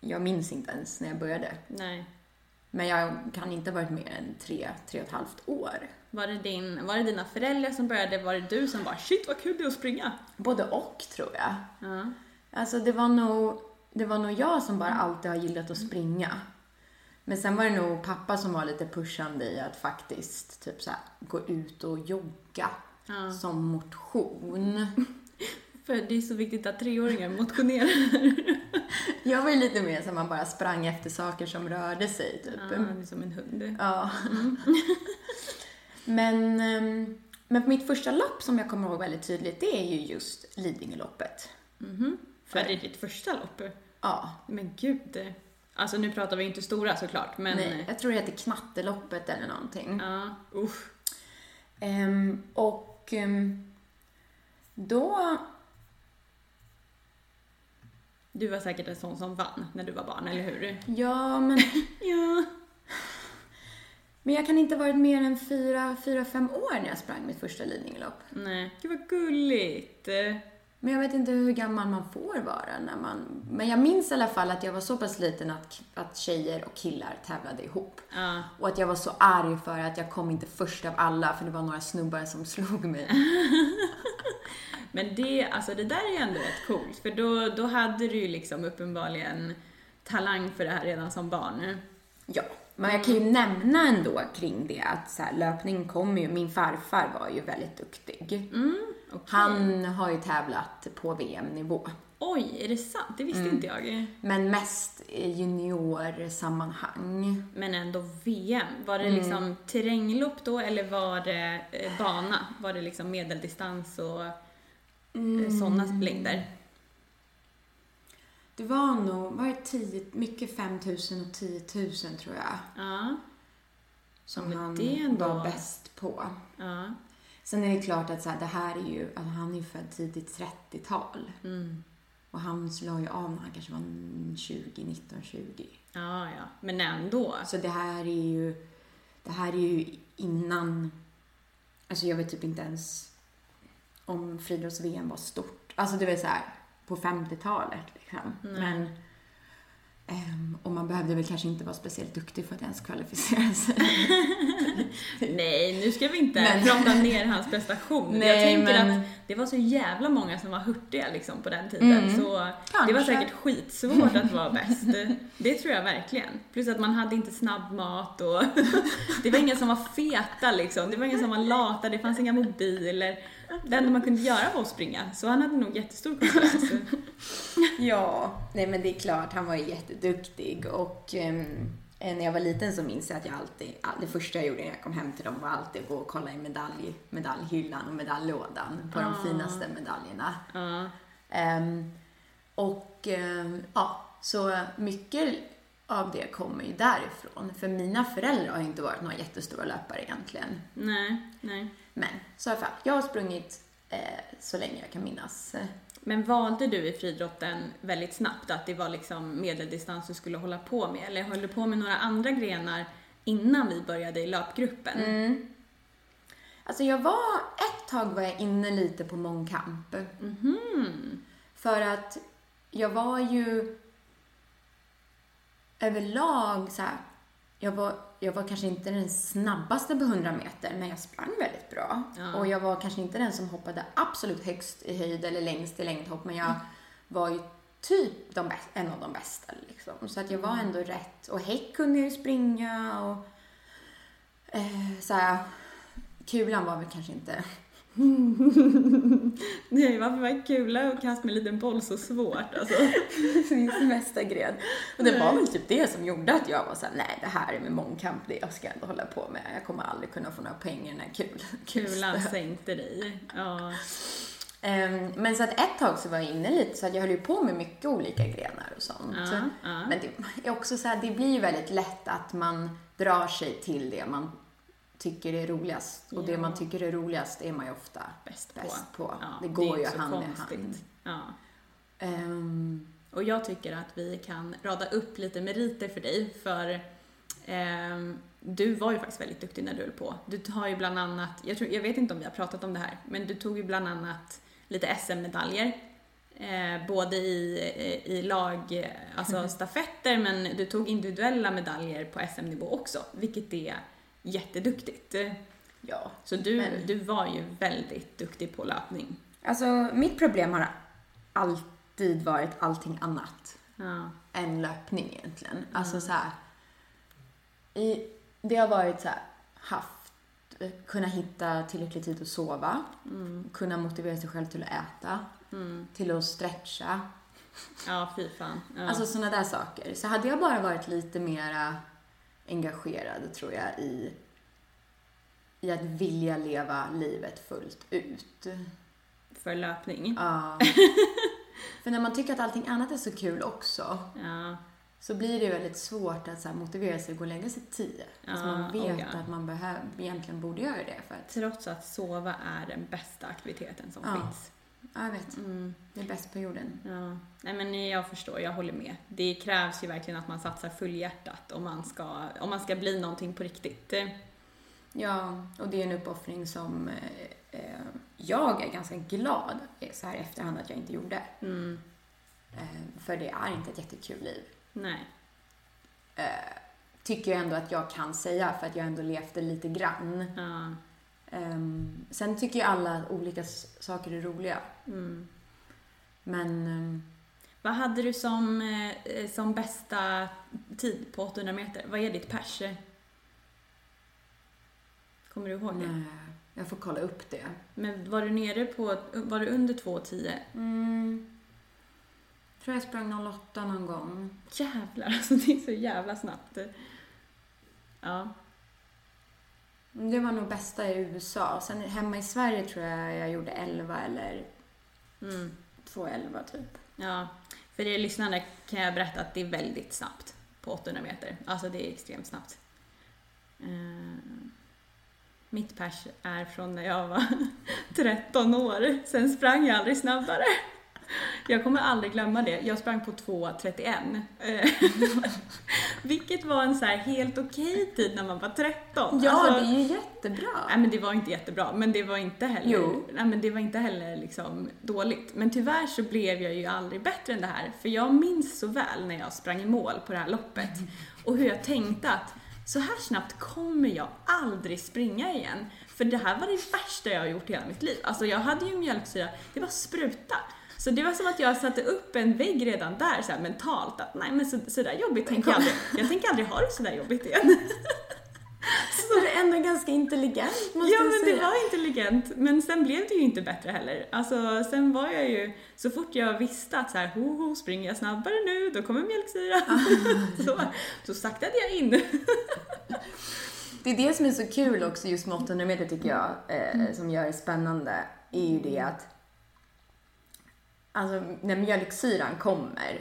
Speaker 2: jag minns inte ens när jag började.
Speaker 1: Nej.
Speaker 2: Men jag kan inte ha varit mer än tre, tre och ett halvt år.
Speaker 1: Var det, din, var det dina föräldrar som började? Var det du som bara “shit vad kul det är att springa”?
Speaker 2: Både och tror jag.
Speaker 1: Ja.
Speaker 2: Alltså det var nog, det var nog jag som bara alltid har gillat att springa. Men sen var det nog pappa som var lite pushande i att faktiskt typ så här, gå ut och jogga
Speaker 1: Ja.
Speaker 2: som motion.
Speaker 1: För det är så viktigt att treåringar motionerar.
Speaker 2: Jag var ju lite mer som man bara sprang efter saker som rörde sig typ.
Speaker 1: Ja, det är "Mm, som en hund.
Speaker 2: Ja. men, ehm, men på mitt första lopp som jag kommer ihåg väldigt tydligt, det är ju just Lidingöloppet.
Speaker 1: Mhm. För det är ditt första lopp.
Speaker 2: Ja,
Speaker 1: Men gud. Alltså nu pratar vi inte stora såklart, men... Ah.
Speaker 2: nej, jag tror det heter Knatteloppet eller någonting.
Speaker 1: Ja, usch.
Speaker 2: Ehm, och ehm, då,
Speaker 1: Du var säkert en sån som vann när du var barn, eller hur?
Speaker 2: ja men,
Speaker 1: Ja.
Speaker 2: men jag kan inte ha varit mer än fyra, fyra, fem år när jag sprang mitt första Lidingölopp.
Speaker 1: Nej, gud vad gulligt.
Speaker 2: Men jag vet inte hur gammal man får vara när man... Men jag minns i alla fall att jag var så pass liten att, att tjejer och killar tävlade ihop.
Speaker 1: Ja.
Speaker 2: Och att jag var så arg för att jag kom inte först av alla, för det var några snubbar som slog mig.
Speaker 1: Men det, alltså det där är ju ändå rätt coolt, för då, då hade du ju liksom uppenbarligen talang för det här redan som barn.
Speaker 2: Ja, men jag kan ju nämna ändå kring det att så här, löpning kommer ju... Min farfar var ju väldigt duktig.
Speaker 1: Okej.
Speaker 2: Han har ju tävlat på VM-nivå,
Speaker 1: Oj, är det sant? Det visste
Speaker 2: Mm.
Speaker 1: inte jag.
Speaker 2: men mest i juniorsammanhang.
Speaker 1: Men ändå VM. Var det
Speaker 2: Mm.
Speaker 1: liksom terränglopp då eller var det eh, bana? Var det liksom medeldistans och mm. sådana längder?
Speaker 2: Det var nog, var det 10, mycket 5000 och 10 000 tror jag,
Speaker 1: Ja,
Speaker 2: som
Speaker 1: Men
Speaker 2: han
Speaker 1: det är ändå-
Speaker 2: var bäst på.
Speaker 1: ja.
Speaker 2: Sen är det klart att så här, det här är ju, alltså, han är ju född tidigt 30-tal.
Speaker 1: Mm.
Speaker 2: Och han la ju av när han kanske var 20, 19, 20.
Speaker 1: ja, ja. Men ändå.
Speaker 2: Så Alltså, det här är ju, det här är ju innan, alltså jag vet typ inte ens om friidrotts-VM var stort. Alltså det var så här på 50-talet liksom. Men, ehm, och man behövde väl kanske inte vara speciellt duktig för att ens kvalificera sig.
Speaker 1: Nej, nu ska vi inte
Speaker 2: Men-
Speaker 1: prata ner hans prestation.
Speaker 2: Nej,
Speaker 1: jag tänker
Speaker 2: men-
Speaker 1: att det var så jävla många som var hurtiga liksom på den tiden.
Speaker 2: Mm.
Speaker 1: Så det var
Speaker 2: Kanske.
Speaker 1: säkert skitsvårt att vara bäst. Det tror jag verkligen. Plus att man hade inte snabbmat och det var ingen som var feta liksom. Det var ingen som var lata, det fanns inga mobiler. Det enda man kunde göra var att springa. Så han hade nog jättestor konkurrens.
Speaker 2: Ja, nej men det är klart, han var ju jätteduktig och ehm, när jag var liten så minns jag att jag alltid, all- det första jag gjorde när jag kom hem till dem var alltid att gå och kolla i medalj, medaljhyllan och medaljlådan på de finaste medaljerna.
Speaker 1: Ja.
Speaker 2: Ehm, och ehm, ja, så mycket av det kommer ju därifrån, för mina föräldrar har ju inte varit några jättestora löpare egentligen.
Speaker 1: Nej, nej.
Speaker 2: Men så i alla fall, jag har sprungit eh, så länge jag kan minnas.
Speaker 1: Men valde du i friidrotten väldigt snabbt att det var liksom medeldistans du skulle hålla på med? Eller höll du på med några andra grenar innan vi började i löpgruppen?
Speaker 2: Mm. Alltså jag var, ett tag var jag inne lite på mångkamp. För att jag var ju överlag så här, jag var, jag var kanske inte den snabbaste på 100 meter, men jag sprang väldigt bra.
Speaker 1: Ja.
Speaker 2: Och jag var kanske inte den som hoppade absolut högst i höjd eller längst i längdhopp, men jag var ju typ de bäst, en av de bästa. Liksom. Så att jag var ändå rätt, och häck kunde jag ju springa och eh, så här, kulan var väl kanske inte...
Speaker 1: Nej, varför var kula och kast med en liten boll så svårt? Alltså,
Speaker 2: min bästa gren. Och det var väl typ det som gjorde att jag var såhär, nej det här är min mångkamp, det jag ska ändå hålla på med. Jag kommer aldrig kunna få några poäng i den här kul.
Speaker 1: kulan sänkte dig. Ja.
Speaker 2: Ehm, men så att ett tag så var jag inne lite, så att jag höll ju på med mycket olika grenar och sånt.
Speaker 1: Ja, ja.
Speaker 2: Men det är också så här, det blir ju väldigt lätt att man drar sig till det man tycker är roligast. Och det
Speaker 1: Ja.
Speaker 2: man tycker är roligast är man ju ofta
Speaker 1: Bäst på.
Speaker 2: bäst på.
Speaker 1: Ja,
Speaker 2: det går
Speaker 1: är
Speaker 2: ju
Speaker 1: inte så
Speaker 2: hand i
Speaker 1: konstigt.
Speaker 2: hand.
Speaker 1: Ja.
Speaker 2: Ehm,
Speaker 1: Och jag tycker att vi kan rada upp lite meriter för dig, för ehm, du var ju faktiskt väldigt duktig när du höll på. Du har ju bland annat, jag, tror, jag vet inte om vi har pratat om det här, men du tog ju bland annat lite SM-medaljer. Eh, både i, eh, i lag, eh, alltså stafetter, men du tog individuella medaljer på SM-nivå också, vilket är jätteduktigt.
Speaker 2: ja.
Speaker 1: Så du,
Speaker 2: Men-
Speaker 1: du var ju väldigt duktig på löpning.
Speaker 2: Alltså, mitt problem har alltid varit allting annat
Speaker 1: Ja.
Speaker 2: än löpning egentligen. Alltså så här, i, det har varit så här, haft, kunna hitta tillräcklig tid att sova,
Speaker 1: mm,
Speaker 2: kunna motivera sig själv till att äta, till att stretcha.
Speaker 1: Ja, fy fan. Ja.
Speaker 2: Alltså sådana där saker. Så hade jag bara varit lite mera engagerad, tror jag, i, i att vilja leva livet fullt ut.
Speaker 1: för löpning.
Speaker 2: Ja. För när man tycker att allting annat är så kul också,
Speaker 1: Ja.
Speaker 2: så blir det ju väldigt svårt att så här, motivera sig att gå och lägga sig tio. Fast
Speaker 1: Ja,
Speaker 2: man vet
Speaker 1: oh ja.
Speaker 2: att man behöv, egentligen borde göra det för att,
Speaker 1: Trots att sova är den bästa aktiviteten som
Speaker 2: Ja.
Speaker 1: finns.
Speaker 2: ja, jag vet,
Speaker 1: Mm.
Speaker 2: det är bäst på jorden.
Speaker 1: Ja. Nej men jag förstår, jag håller med. Det krävs ju verkligen att man satsar fullhjärtat om man ska, om man ska bli någonting på riktigt.
Speaker 2: Ja, och det är en uppoffring som eh, eh, jag är ganska glad eh, så här i efterhand att jag inte gjorde.
Speaker 1: Mm.
Speaker 2: Eh, för det är inte ett jättekul liv.
Speaker 1: Nej.
Speaker 2: Tycker jag ändå att jag kan säga för att jag ändå levde lite grann.
Speaker 1: Ja.
Speaker 2: Ehm, sen tycker ju alla att olika s- saker är roliga.
Speaker 1: Mm.
Speaker 2: Men ehm,
Speaker 1: Vad hade du som, eh, som bästa tid på 800 meter? Vad är ditt pers? Kommer du ihåg det?
Speaker 2: nej, jag får kolla upp det.
Speaker 1: Men var du nere på, var du under 2.10?
Speaker 2: Mm. Tror jag sprang 08 någon gång.
Speaker 1: Jävlar, alltså det är så jävla snabbt. Ja.
Speaker 2: Det var nog bästa i USA. Sen hemma i Sverige tror jag jag gjorde 11 eller
Speaker 1: Mm.
Speaker 2: 2.11 typ.
Speaker 1: Ja, för er lyssnare kan jag berätta att det är väldigt snabbt på 800 meter. Alltså det är extremt snabbt. Eh, mitt pers är från när jag var 13 år. Sen sprang jag aldrig snabbare. Jag kommer aldrig glömma det. Jag sprang på 2.31. Eh, Vilket var en så här helt okej tid när man var 13.
Speaker 2: Ja,
Speaker 1: Alltså-
Speaker 2: det är ju jättebra.
Speaker 1: Nej men det var inte jättebra, men det var inte heller,
Speaker 2: Jo.
Speaker 1: nej, men det var inte heller liksom dåligt. Men tyvärr så blev jag ju aldrig bättre än det här, för jag minns så väl när jag sprang i mål på det här loppet och hur jag tänkte att så här snabbt kommer jag aldrig springa igen. För det här var det värsta jag har gjort i hela mitt liv. Alltså jag hade ju mjölksyra, det var spruta. Så det var som att jag satte upp en vägg redan där så här, mentalt att nej men så, så där jobbigt tänker jag aldrig, jag tänker aldrig ha det så där jobbigt igen.
Speaker 2: Så alltså, det är ändå ganska intelligent måste
Speaker 1: ja,
Speaker 2: jag
Speaker 1: men
Speaker 2: säga.
Speaker 1: det var intelligent. Men sen blev det ju inte bättre heller. Alltså, sen var jag ju, så fort jag visste att så här, ho, ho, springer jag snabbare nu, då kommer mjölksyran. så, så saktade jag in.
Speaker 2: Det är det som är så kul också just med 800 meter tycker jag, eh,
Speaker 1: Mm.
Speaker 2: som gör det spännande, är ju det att alltså, när mjölksyran kommer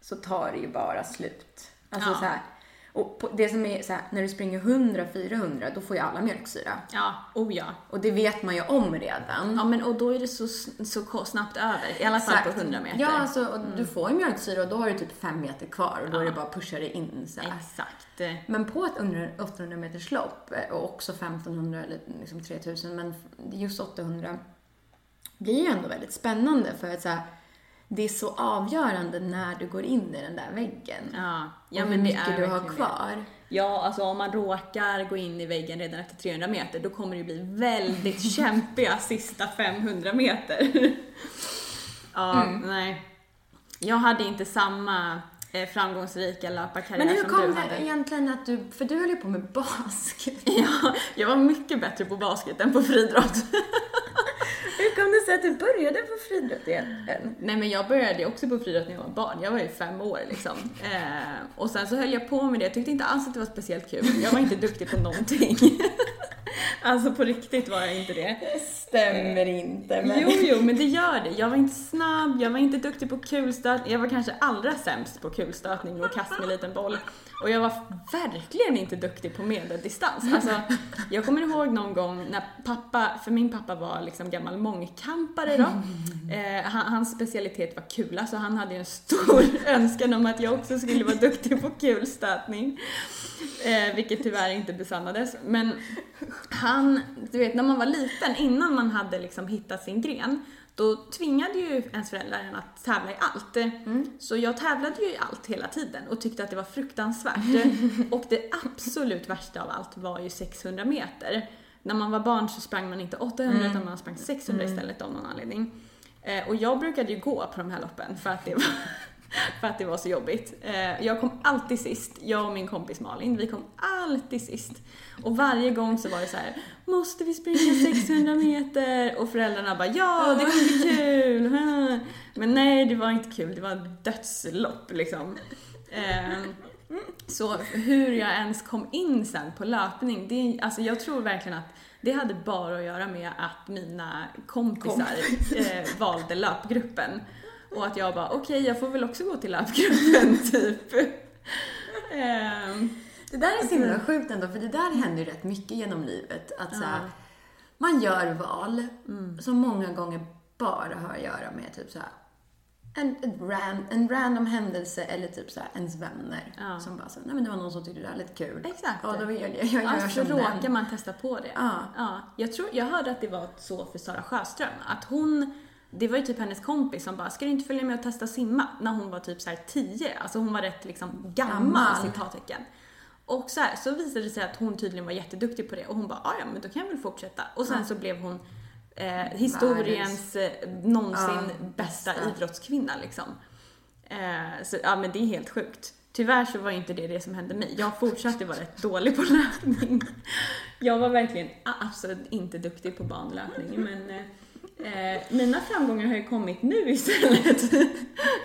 Speaker 2: så tar det ju bara slut. Alltså
Speaker 1: Ja.
Speaker 2: så här, och på, det som är så här, när du springer 100-400 då får ju alla mjölksyra.
Speaker 1: Ja, oh ja.
Speaker 2: Och det vet man ju om redan.
Speaker 1: Ja, men och då är det så, sn- så ko- snabbt över, i alla fall
Speaker 2: Exakt.
Speaker 1: på 100 meter. Mm.
Speaker 2: Ja, alltså, och du får ju mjölksyra och då har du typ fem meter kvar och då är det bara att pusha dig in. Så här.
Speaker 1: Exakt.
Speaker 2: Men på ett 800 meters lopp och också 1500 eller liksom 3000 men just 800 blir ju ändå väldigt spännande för att så här, det är så avgörande när du går in i den där väggen.
Speaker 1: Ja, ja men
Speaker 2: och hur
Speaker 1: det
Speaker 2: mycket
Speaker 1: är
Speaker 2: du har
Speaker 1: verkligen det.
Speaker 2: kvar.
Speaker 1: Ja, alltså om man råkar gå in i väggen redan efter 300 meter, då kommer det ju bli väldigt kämpiga sista 500 meter. ja,
Speaker 2: Mm.
Speaker 1: nej. Jag hade inte samma eh, framgångsrika löparkarriär
Speaker 2: Men hur
Speaker 1: som du
Speaker 2: kom det
Speaker 1: hade.
Speaker 2: egentligen att du, för du höll ju på med basket.
Speaker 1: Ja, jag var mycket bättre på basket än på friidrott.
Speaker 2: hur kom det sig att du började på friidrott egentligen?
Speaker 1: Nej men jag började ju också på friidrott när jag var barn, jag var ju fem år liksom. Eh, och sen så höll jag på med det, jag tyckte inte alls att det var speciellt kul. Jag var inte duktig på någonting. alltså på riktigt var jag inte det.
Speaker 2: Det stämmer inte men...
Speaker 1: Jo, jo, men det gör det. Jag var inte snabb, jag var inte duktig på kulstötning. Jag var kanske allra sämst på kulstötning och kast med liten boll. Och jag var verkligen inte duktig på medeldistans. Alltså, jag kommer ihåg någon gång när pappa, för min pappa var liksom gammal mångkampare då. Eh, han, hans specialitet var kula, så han hade ju en stor önskan om att jag också skulle vara duktig på kulstötning. Eh, vilket tyvärr inte besannades. Men han, du vet när man var liten, innan man hade liksom hittat sin gren, då tvingade ju ens föräldrar en att tävla i allt. Så jag tävlade ju i allt hela tiden och tyckte att det var fruktansvärt. och det absolut värsta av allt var ju 600 meter. När man var barn så sprang man inte 800 utan man sprang 600 istället av någon anledning. Eh, och jag brukade ju gå på de här loppen för att det var för att det var så jobbigt. Eh, Jag kom alltid sist, jag och min kompis Malin, vi kom alltid sist. Och varje gång så var det så här: måste vi springa 600 meter? Och föräldrarna bara, ja det kommer bli kul! Men nej, det var inte kul, det var ett dödslopp liksom. Eh, Så hur jag ens kom in sen på löpning, det, alltså jag tror verkligen att det hade bara att göra med att mina kompisar eh, valde löpgruppen. Och att jag bara, okej jag får väl också gå till löpgruppen, typ. Ehm,
Speaker 2: Det där är så himla sjukt ändå, för det där händer ju rätt mycket genom livet. Att så här, man gör val
Speaker 1: Mm.
Speaker 2: som många gånger bara har att göra med typ så här, en, en, ran, en random händelse eller typ så här, ens vänner.
Speaker 1: Ja.
Speaker 2: Som bara så, nej men det var någon som tyckte det där lät kul.
Speaker 1: Exakt.
Speaker 2: Ja, då vill jag, jag, jag gör
Speaker 1: alltså
Speaker 2: som den.
Speaker 1: råkar man testa på det.
Speaker 2: Ja.
Speaker 1: Ja. Jag, tror, jag hörde att det var så för Sara Sjöström, att hon det var ju typ hennes kompis som bara, ska du inte följa med och testa simma? När hon var typ så här 10, alltså hon var rätt liksom gammal,
Speaker 2: Gammal.
Speaker 1: citattecken. Och så, här, så visade det sig att hon tydligen var jätteduktig på det och hon bara, "Ah, ja men då kan jag väl fortsätta. Och sen så blev hon eh, historiens eh, någonsin
Speaker 2: Ja,
Speaker 1: bästa
Speaker 2: bästa.
Speaker 1: idrottskvinna liksom. Eh, så ja men det är helt sjukt. Tyvärr så var ju inte det det som hände mig. Jag fortsatte vara rätt dålig på löpning. Jag var verkligen a- absolut inte duktig på banlöpning men eh, eh, mina framgångar har ju kommit nu istället.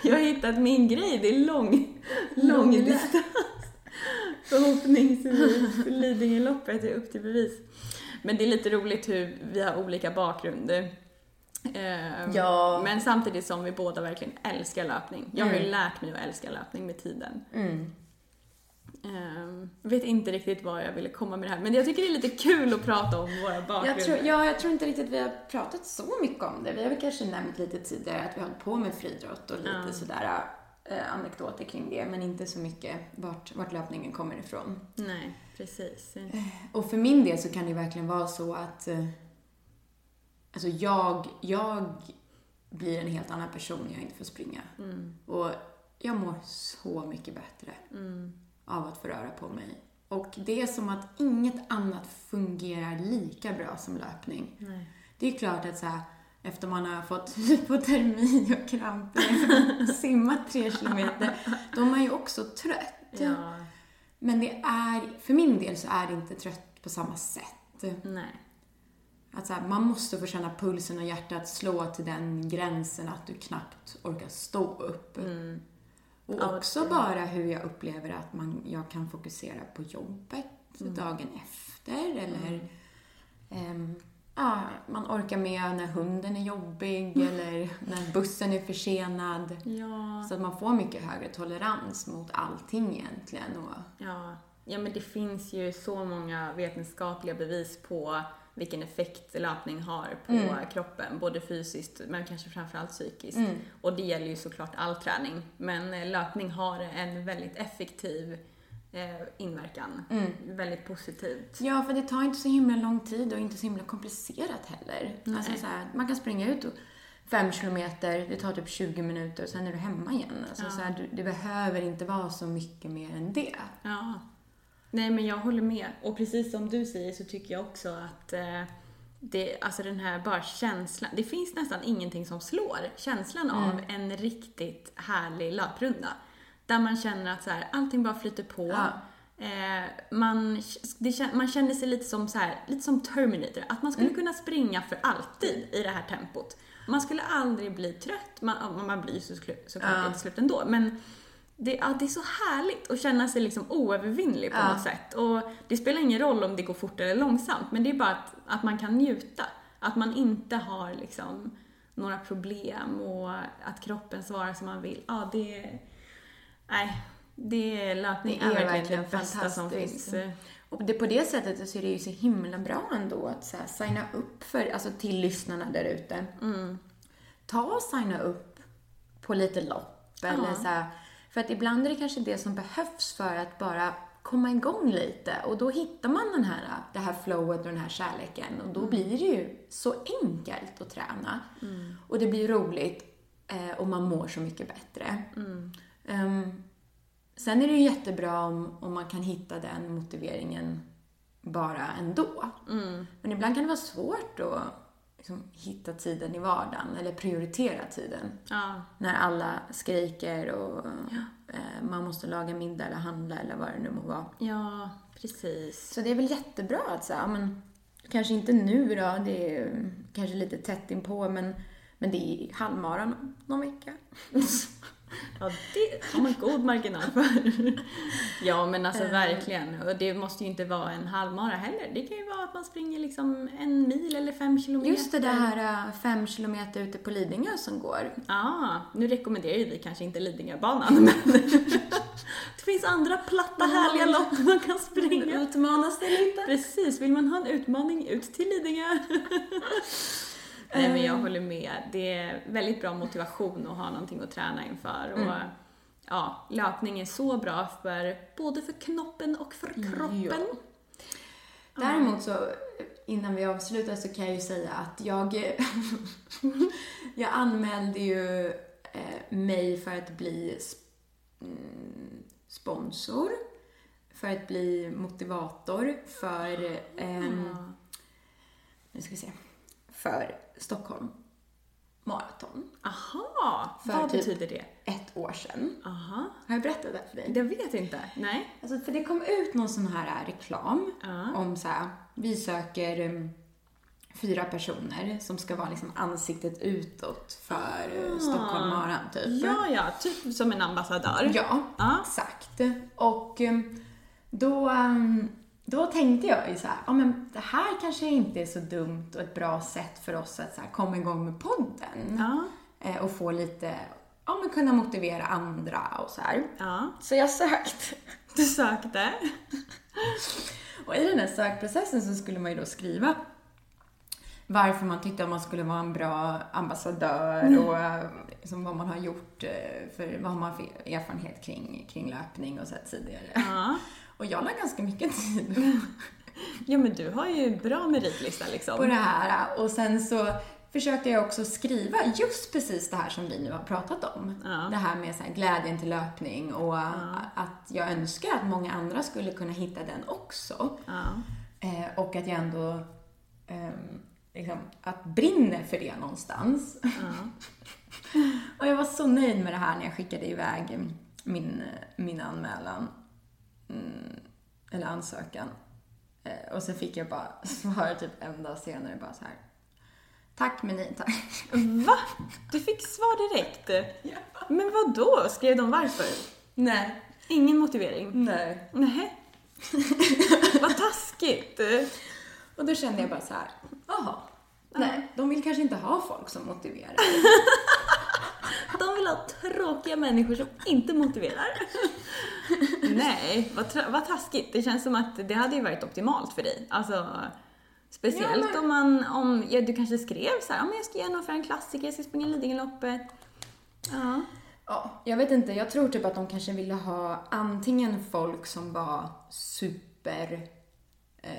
Speaker 1: Jag har hittat min grej, det är lång, lång distans. Förhoppningsvis Lidingöloppet är upp till bevis. Men det är lite roligt hur vi har olika bakgrunder. Eh,
Speaker 2: Ja.
Speaker 1: Men samtidigt som vi båda verkligen älskar löpning. Jag har ju
Speaker 2: Mm.
Speaker 1: lärt mig att älska löpning med tiden.
Speaker 2: Mm.
Speaker 1: Ehm, vet inte riktigt vad jag ville komma med det här, men jag tycker det är lite kul att prata om våra bakgrunder.
Speaker 2: Jag tror, ja, jag tror inte riktigt vi har pratat så mycket om det. Vi har väl kanske nämnt lite tidigare att vi har hållit på med friidrott och lite
Speaker 1: Ja.
Speaker 2: sådär eh, anekdoter kring det, men inte så mycket vart, vart löpningen kommer ifrån.
Speaker 1: Nej, precis.
Speaker 2: Och för min del så kan det ju verkligen vara så att eh, alltså jag, jag blir en helt annan person när jag inte får springa.
Speaker 1: Mm,
Speaker 2: Och jag mår så mycket bättre
Speaker 1: mm,
Speaker 2: av att få röra på mig. Och det är som att inget annat fungerar lika bra som löpning.
Speaker 1: Nej.
Speaker 2: Det är ju klart att så här, efter man har fått hypotermi och kramper efter att ha simmat tre kilometer, då är man ju också trött.
Speaker 1: Ja,
Speaker 2: Men det är, för min del så är det inte trött på samma sätt.
Speaker 1: nej.
Speaker 2: Att så här, man måste få känna pulsen och hjärtat slå till den gränsen att du knappt orkar stå upp. Och
Speaker 1: Mm. Ja,
Speaker 2: också bara hur jag upplever att man, jag kan fokusera på jobbet
Speaker 1: Mm.
Speaker 2: dagen efter eller ehm, ja, man orkar med när hunden är jobbig eller när bussen är försenad.
Speaker 1: Ja.
Speaker 2: Så att man får mycket högre tolerans mot allting egentligen. Och,
Speaker 1: Ja. ja, men det finns ju så många vetenskapliga bevis på vilken effekt löpning har på kroppen, både fysiskt men kanske framförallt psykiskt. Och det gäller ju såklart all träning, men eh, löpning har en väldigt effektiv eh, inverkan. Väldigt positivt.
Speaker 2: Ja, för det tar inte så himla lång tid och inte så himla komplicerat heller. Alltså så här, man kan springa ut och fem kilometer, det tar typ 20 minuter och sen är du hemma igen. Alltså så här, du, det behöver inte vara så mycket mer än det.
Speaker 1: Ja. Nej, men jag håller med. Och precis som du säger så tycker jag också att eh, det, alltså den här bara känslan, det finns nästan ingenting som slår känslan av en riktigt härlig löprunda. Där man känner att så här, allting bara flyter på. Eh, man, det, kän- man känner sig lite som, så här, lite som Terminator, att man skulle kunna springa för alltid i det här tempot. Man skulle aldrig bli trött, man, ja, man blir ju så, såklart det till slut ändå, men det, ja, det är så härligt att känna sig liksom oövervinnlig på något sätt. Och det spelar ingen roll om det går fort eller långsamt, men det är bara att, att man kan njuta. Att man inte har liksom några problem och att kroppen svarar som man vill. Ja, det... Nej, det, löpning
Speaker 2: Det
Speaker 1: är,
Speaker 2: är
Speaker 1: verkligen
Speaker 2: verkligen
Speaker 1: det bästa som
Speaker 2: fantastiskt.
Speaker 1: finns.
Speaker 2: Och det, på det sättet så är det ju så himla bra ändå att så här, signa upp för, alltså till lyssnarna där ute. Ta och signa upp på lite lopp eller så här, För att ibland är det kanske det som behövs för att bara komma igång lite och då hittar man den här, det här flowet och den här kärleken och då blir det ju så enkelt att träna. Och det blir roligt eh, och man mår så mycket bättre.
Speaker 1: Mm,
Speaker 2: Ehm, Sen är det ju jättebra om, om man kan hitta den
Speaker 1: mm.
Speaker 2: motiveringen bara ändå. Men ibland kan det vara svårt att liksom, hitta tiden i vardagen eller prioritera tiden.
Speaker 1: Ja.
Speaker 2: När alla skriker och eh, man måste laga middag eller handla eller vad det nu må vara.
Speaker 1: Ja, precis.
Speaker 2: Så det är väl jättebra att så här, ja, men kanske inte nu då, det är ju kanske lite tätt inpå, men, men det är halvmaran om någon vecka.
Speaker 1: Ja, det har man god marginal för. ja, men alltså verkligen. Och det måste ju inte vara en halvmara heller. Det kan ju vara att man springer liksom en mil eller fem kilometer.
Speaker 2: Just det, det här eh, fem kilometer ute på Lidingö som går.
Speaker 1: Ja, nu rekommenderar ju vi kanske inte Lidingöbanan, men det finns andra platta härliga lopp man kan springa.
Speaker 2: Utmanas det lite?
Speaker 1: Precis, vill man ha en utmaning ut till Lidingö? Eh. Nej men jag håller med. Det är väldigt bra motivation att ha någonting att träna inför. Och, ja, löpning är så bra för både för knoppen och för kroppen.
Speaker 2: Däremot så, innan vi avslutar så kan jag ju säga att jag, jag anmälde ju eh, mig för att bli sp- mm, sponsor, för att bli motivator för, ehm, nu ska vi se, för Stockholm Marathon.
Speaker 1: Aha!
Speaker 2: För
Speaker 1: Vad
Speaker 2: typ-
Speaker 1: betyder det?
Speaker 2: Ett år sedan.
Speaker 1: Aha,
Speaker 2: Har jag berättat det för dig?
Speaker 1: det vet jag inte. Nej.
Speaker 2: Alltså, för det kom ut någon sån här eh, reklam
Speaker 1: Ja.
Speaker 2: om så här, vi söker eh, fyra personer som ska vara liksom ansiktet utåt för eh, Stockholm Maran, typ.
Speaker 1: Ah, Ja, ja, typ som en ambassadör.
Speaker 2: Ja,
Speaker 1: Ja.
Speaker 2: exakt. Och eh, då, eh, då tänkte jag ju så här, ja men det här kanske inte är så dumt och ett bra sätt för oss att så här, komma igång med podden.
Speaker 1: Ja.
Speaker 2: Eh, Och få lite, ja men kunna motivera andra och så här.
Speaker 1: ja.
Speaker 2: Så jag sökte.
Speaker 1: Du sökte.
Speaker 2: Och i den här sökprocessen så skulle man ju då skriva varför man tyckte att man skulle vara en bra
Speaker 1: Mm.
Speaker 2: ambassadör och eh, liksom vad man har gjort, eh, för vad har man för erfarenhet kring, kring löpning och så här tidigare.
Speaker 1: Ja. Mm.
Speaker 2: Och jag la ganska mycket tid
Speaker 1: Ja men du har ju bra meritlista
Speaker 2: på
Speaker 1: liksom.
Speaker 2: det här och sen så försökte jag också skriva just precis det här som vi nu har pratat om.
Speaker 1: Ja.
Speaker 2: Det här med så här glädjen till löpning och att jag önskar att många andra skulle kunna hitta den också.
Speaker 1: Ja.
Speaker 2: Eh, och att jag ändå ehm, liksom, att brinner för det någonstans. och jag var så nöjd med det här när jag skickade iväg min, min anmälan. Mm, eller ansökan. Eh, och sen fick jag bara svar typ en dag senare bara så här. Tack men nej tack.
Speaker 1: Va? Du fick svar direkt? Men vad då? Skrev de varför?
Speaker 2: Nej.
Speaker 1: Ingen motivering?
Speaker 2: Nej.
Speaker 1: Nej. Vad taskigt!
Speaker 2: Och då kände jag bara så här. Jaha. Nej, de vill kanske inte ha folk som motiverar.
Speaker 1: De vill ha tråkiga människor som inte motiverar. Nej, vad, tra- vad taskigt. Det känns som att det hade ju varit optimalt för dig. Alltså, speciellt
Speaker 2: Ja, men-
Speaker 1: om man, om, ja, du kanske skrev så här, ja men jag ska genomföra en klassiker, jag ska springa Lidingöloppet. Ja.
Speaker 2: Ja, jag vet inte. Jag tror typ att de kanske ville ha antingen folk som var super eh,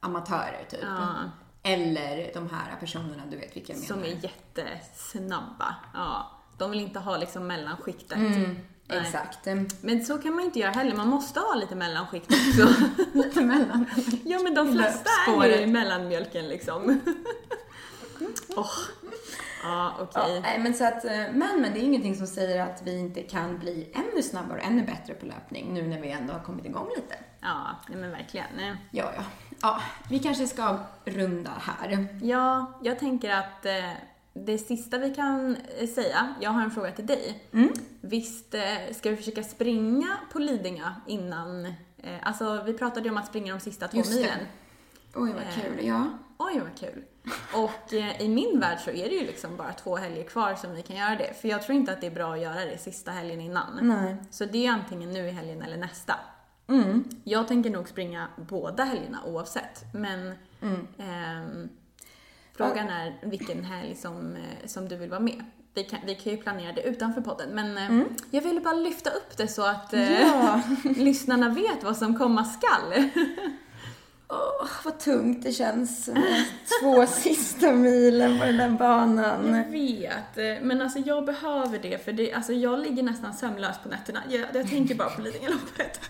Speaker 2: amatörer typ.
Speaker 1: Ja.
Speaker 2: Eller de här personerna, du vet vilka jag menar.
Speaker 1: Som är jättesnabba. Ja. De vill inte ha liksom mellanskiktet.
Speaker 2: Mm,
Speaker 1: Nej.
Speaker 2: exakt.
Speaker 1: Men så kan man inte göra heller, man måste ha lite mellanskikt också.
Speaker 2: Lite mellan.
Speaker 1: ja men de flesta är ju
Speaker 2: Löpspåret.
Speaker 1: i mellanmjölken liksom. Åh. Ja, okej.
Speaker 2: Ja, nej, men, så att, eh, men, men det är ingenting som säger att vi inte kan bli ännu snabbare och ännu bättre på löpning nu när vi ändå har kommit igång lite.
Speaker 1: Ja, nej men verkligen. Nej.
Speaker 2: Ja, ja. ja vi kanske ska runda här.
Speaker 1: Ja, jag tänker att eh, det sista vi kan eh, säga, jag har en fråga till dig.
Speaker 2: Mm.
Speaker 1: Visst eh, ska vi försöka springa på Lidingö innan, eh, alltså vi pratade ju om att springa de sista två
Speaker 2: Just det.
Speaker 1: milen.
Speaker 2: Oj,
Speaker 1: Eh,
Speaker 2: vad kul. Ja.
Speaker 1: Oj, vad kul. Och eh, i min värld så är det ju liksom bara två helger kvar som vi kan göra det. För jag tror inte att det är bra att göra det sista helgen innan.
Speaker 2: Nej. Mm.
Speaker 1: Så det är antingen nu i helgen eller nästa. Jag tänker nog springa båda helgerna oavsett. Men
Speaker 2: Mm.
Speaker 1: ehm, frågan är vilken helg som, eh, som du vill vara med. Vi kan, vi kan ju planera det utanför podden. Men eh, jag ville bara lyfta upp det så att eh,
Speaker 2: Mm. Ja.
Speaker 1: lyssnarna vet vad som komma skall.
Speaker 2: Åh, vad tungt det känns. med Två sista milen på den där banan.
Speaker 1: Jag vet, eh, men alltså jag behöver det för det, alltså jag ligger nästan sömnlös på nätterna. Jag, jag tänker bara på Lidingöloppet.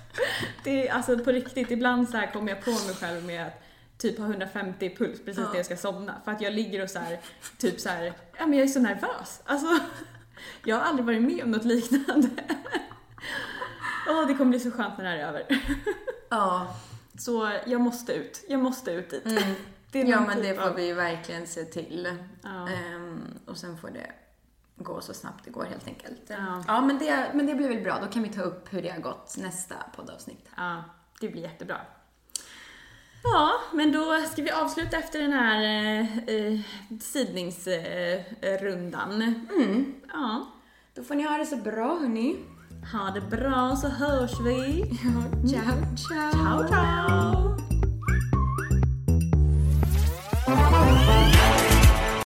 Speaker 1: Det är alltså på riktigt, ibland så här kommer jag på mig själv med att typ har 150 i puls precis när jag ska somna. För att jag ligger och så här, typ så här, ja men jag är så nervös. Alltså, jag har aldrig varit med om något liknande. Åh, det kommer bli så skönt när det här är över.
Speaker 2: Ja,
Speaker 1: Så jag måste ut. Jag måste ut dit.
Speaker 2: mm.
Speaker 1: Det är
Speaker 2: ja
Speaker 1: någon
Speaker 2: men
Speaker 1: typ
Speaker 2: det får
Speaker 1: av-
Speaker 2: vi verkligen se till.
Speaker 1: Ja.
Speaker 2: Ehm, och sen får det gå så snabbt det går helt enkelt.
Speaker 1: Ja.
Speaker 2: ja men, det, men det blir väl bra. Då kan vi ta upp hur det har gått nästa poddavsnitt.
Speaker 1: Ja, det blir jättebra. Ja, men då ska vi avsluta efter den här eh, eh, sidningsrundan.
Speaker 2: Mm.
Speaker 1: ja,
Speaker 2: Då får ni ha det så bra hörni.
Speaker 1: ha det bra så hörs vi.
Speaker 2: ciao.
Speaker 1: Ciao, ciao!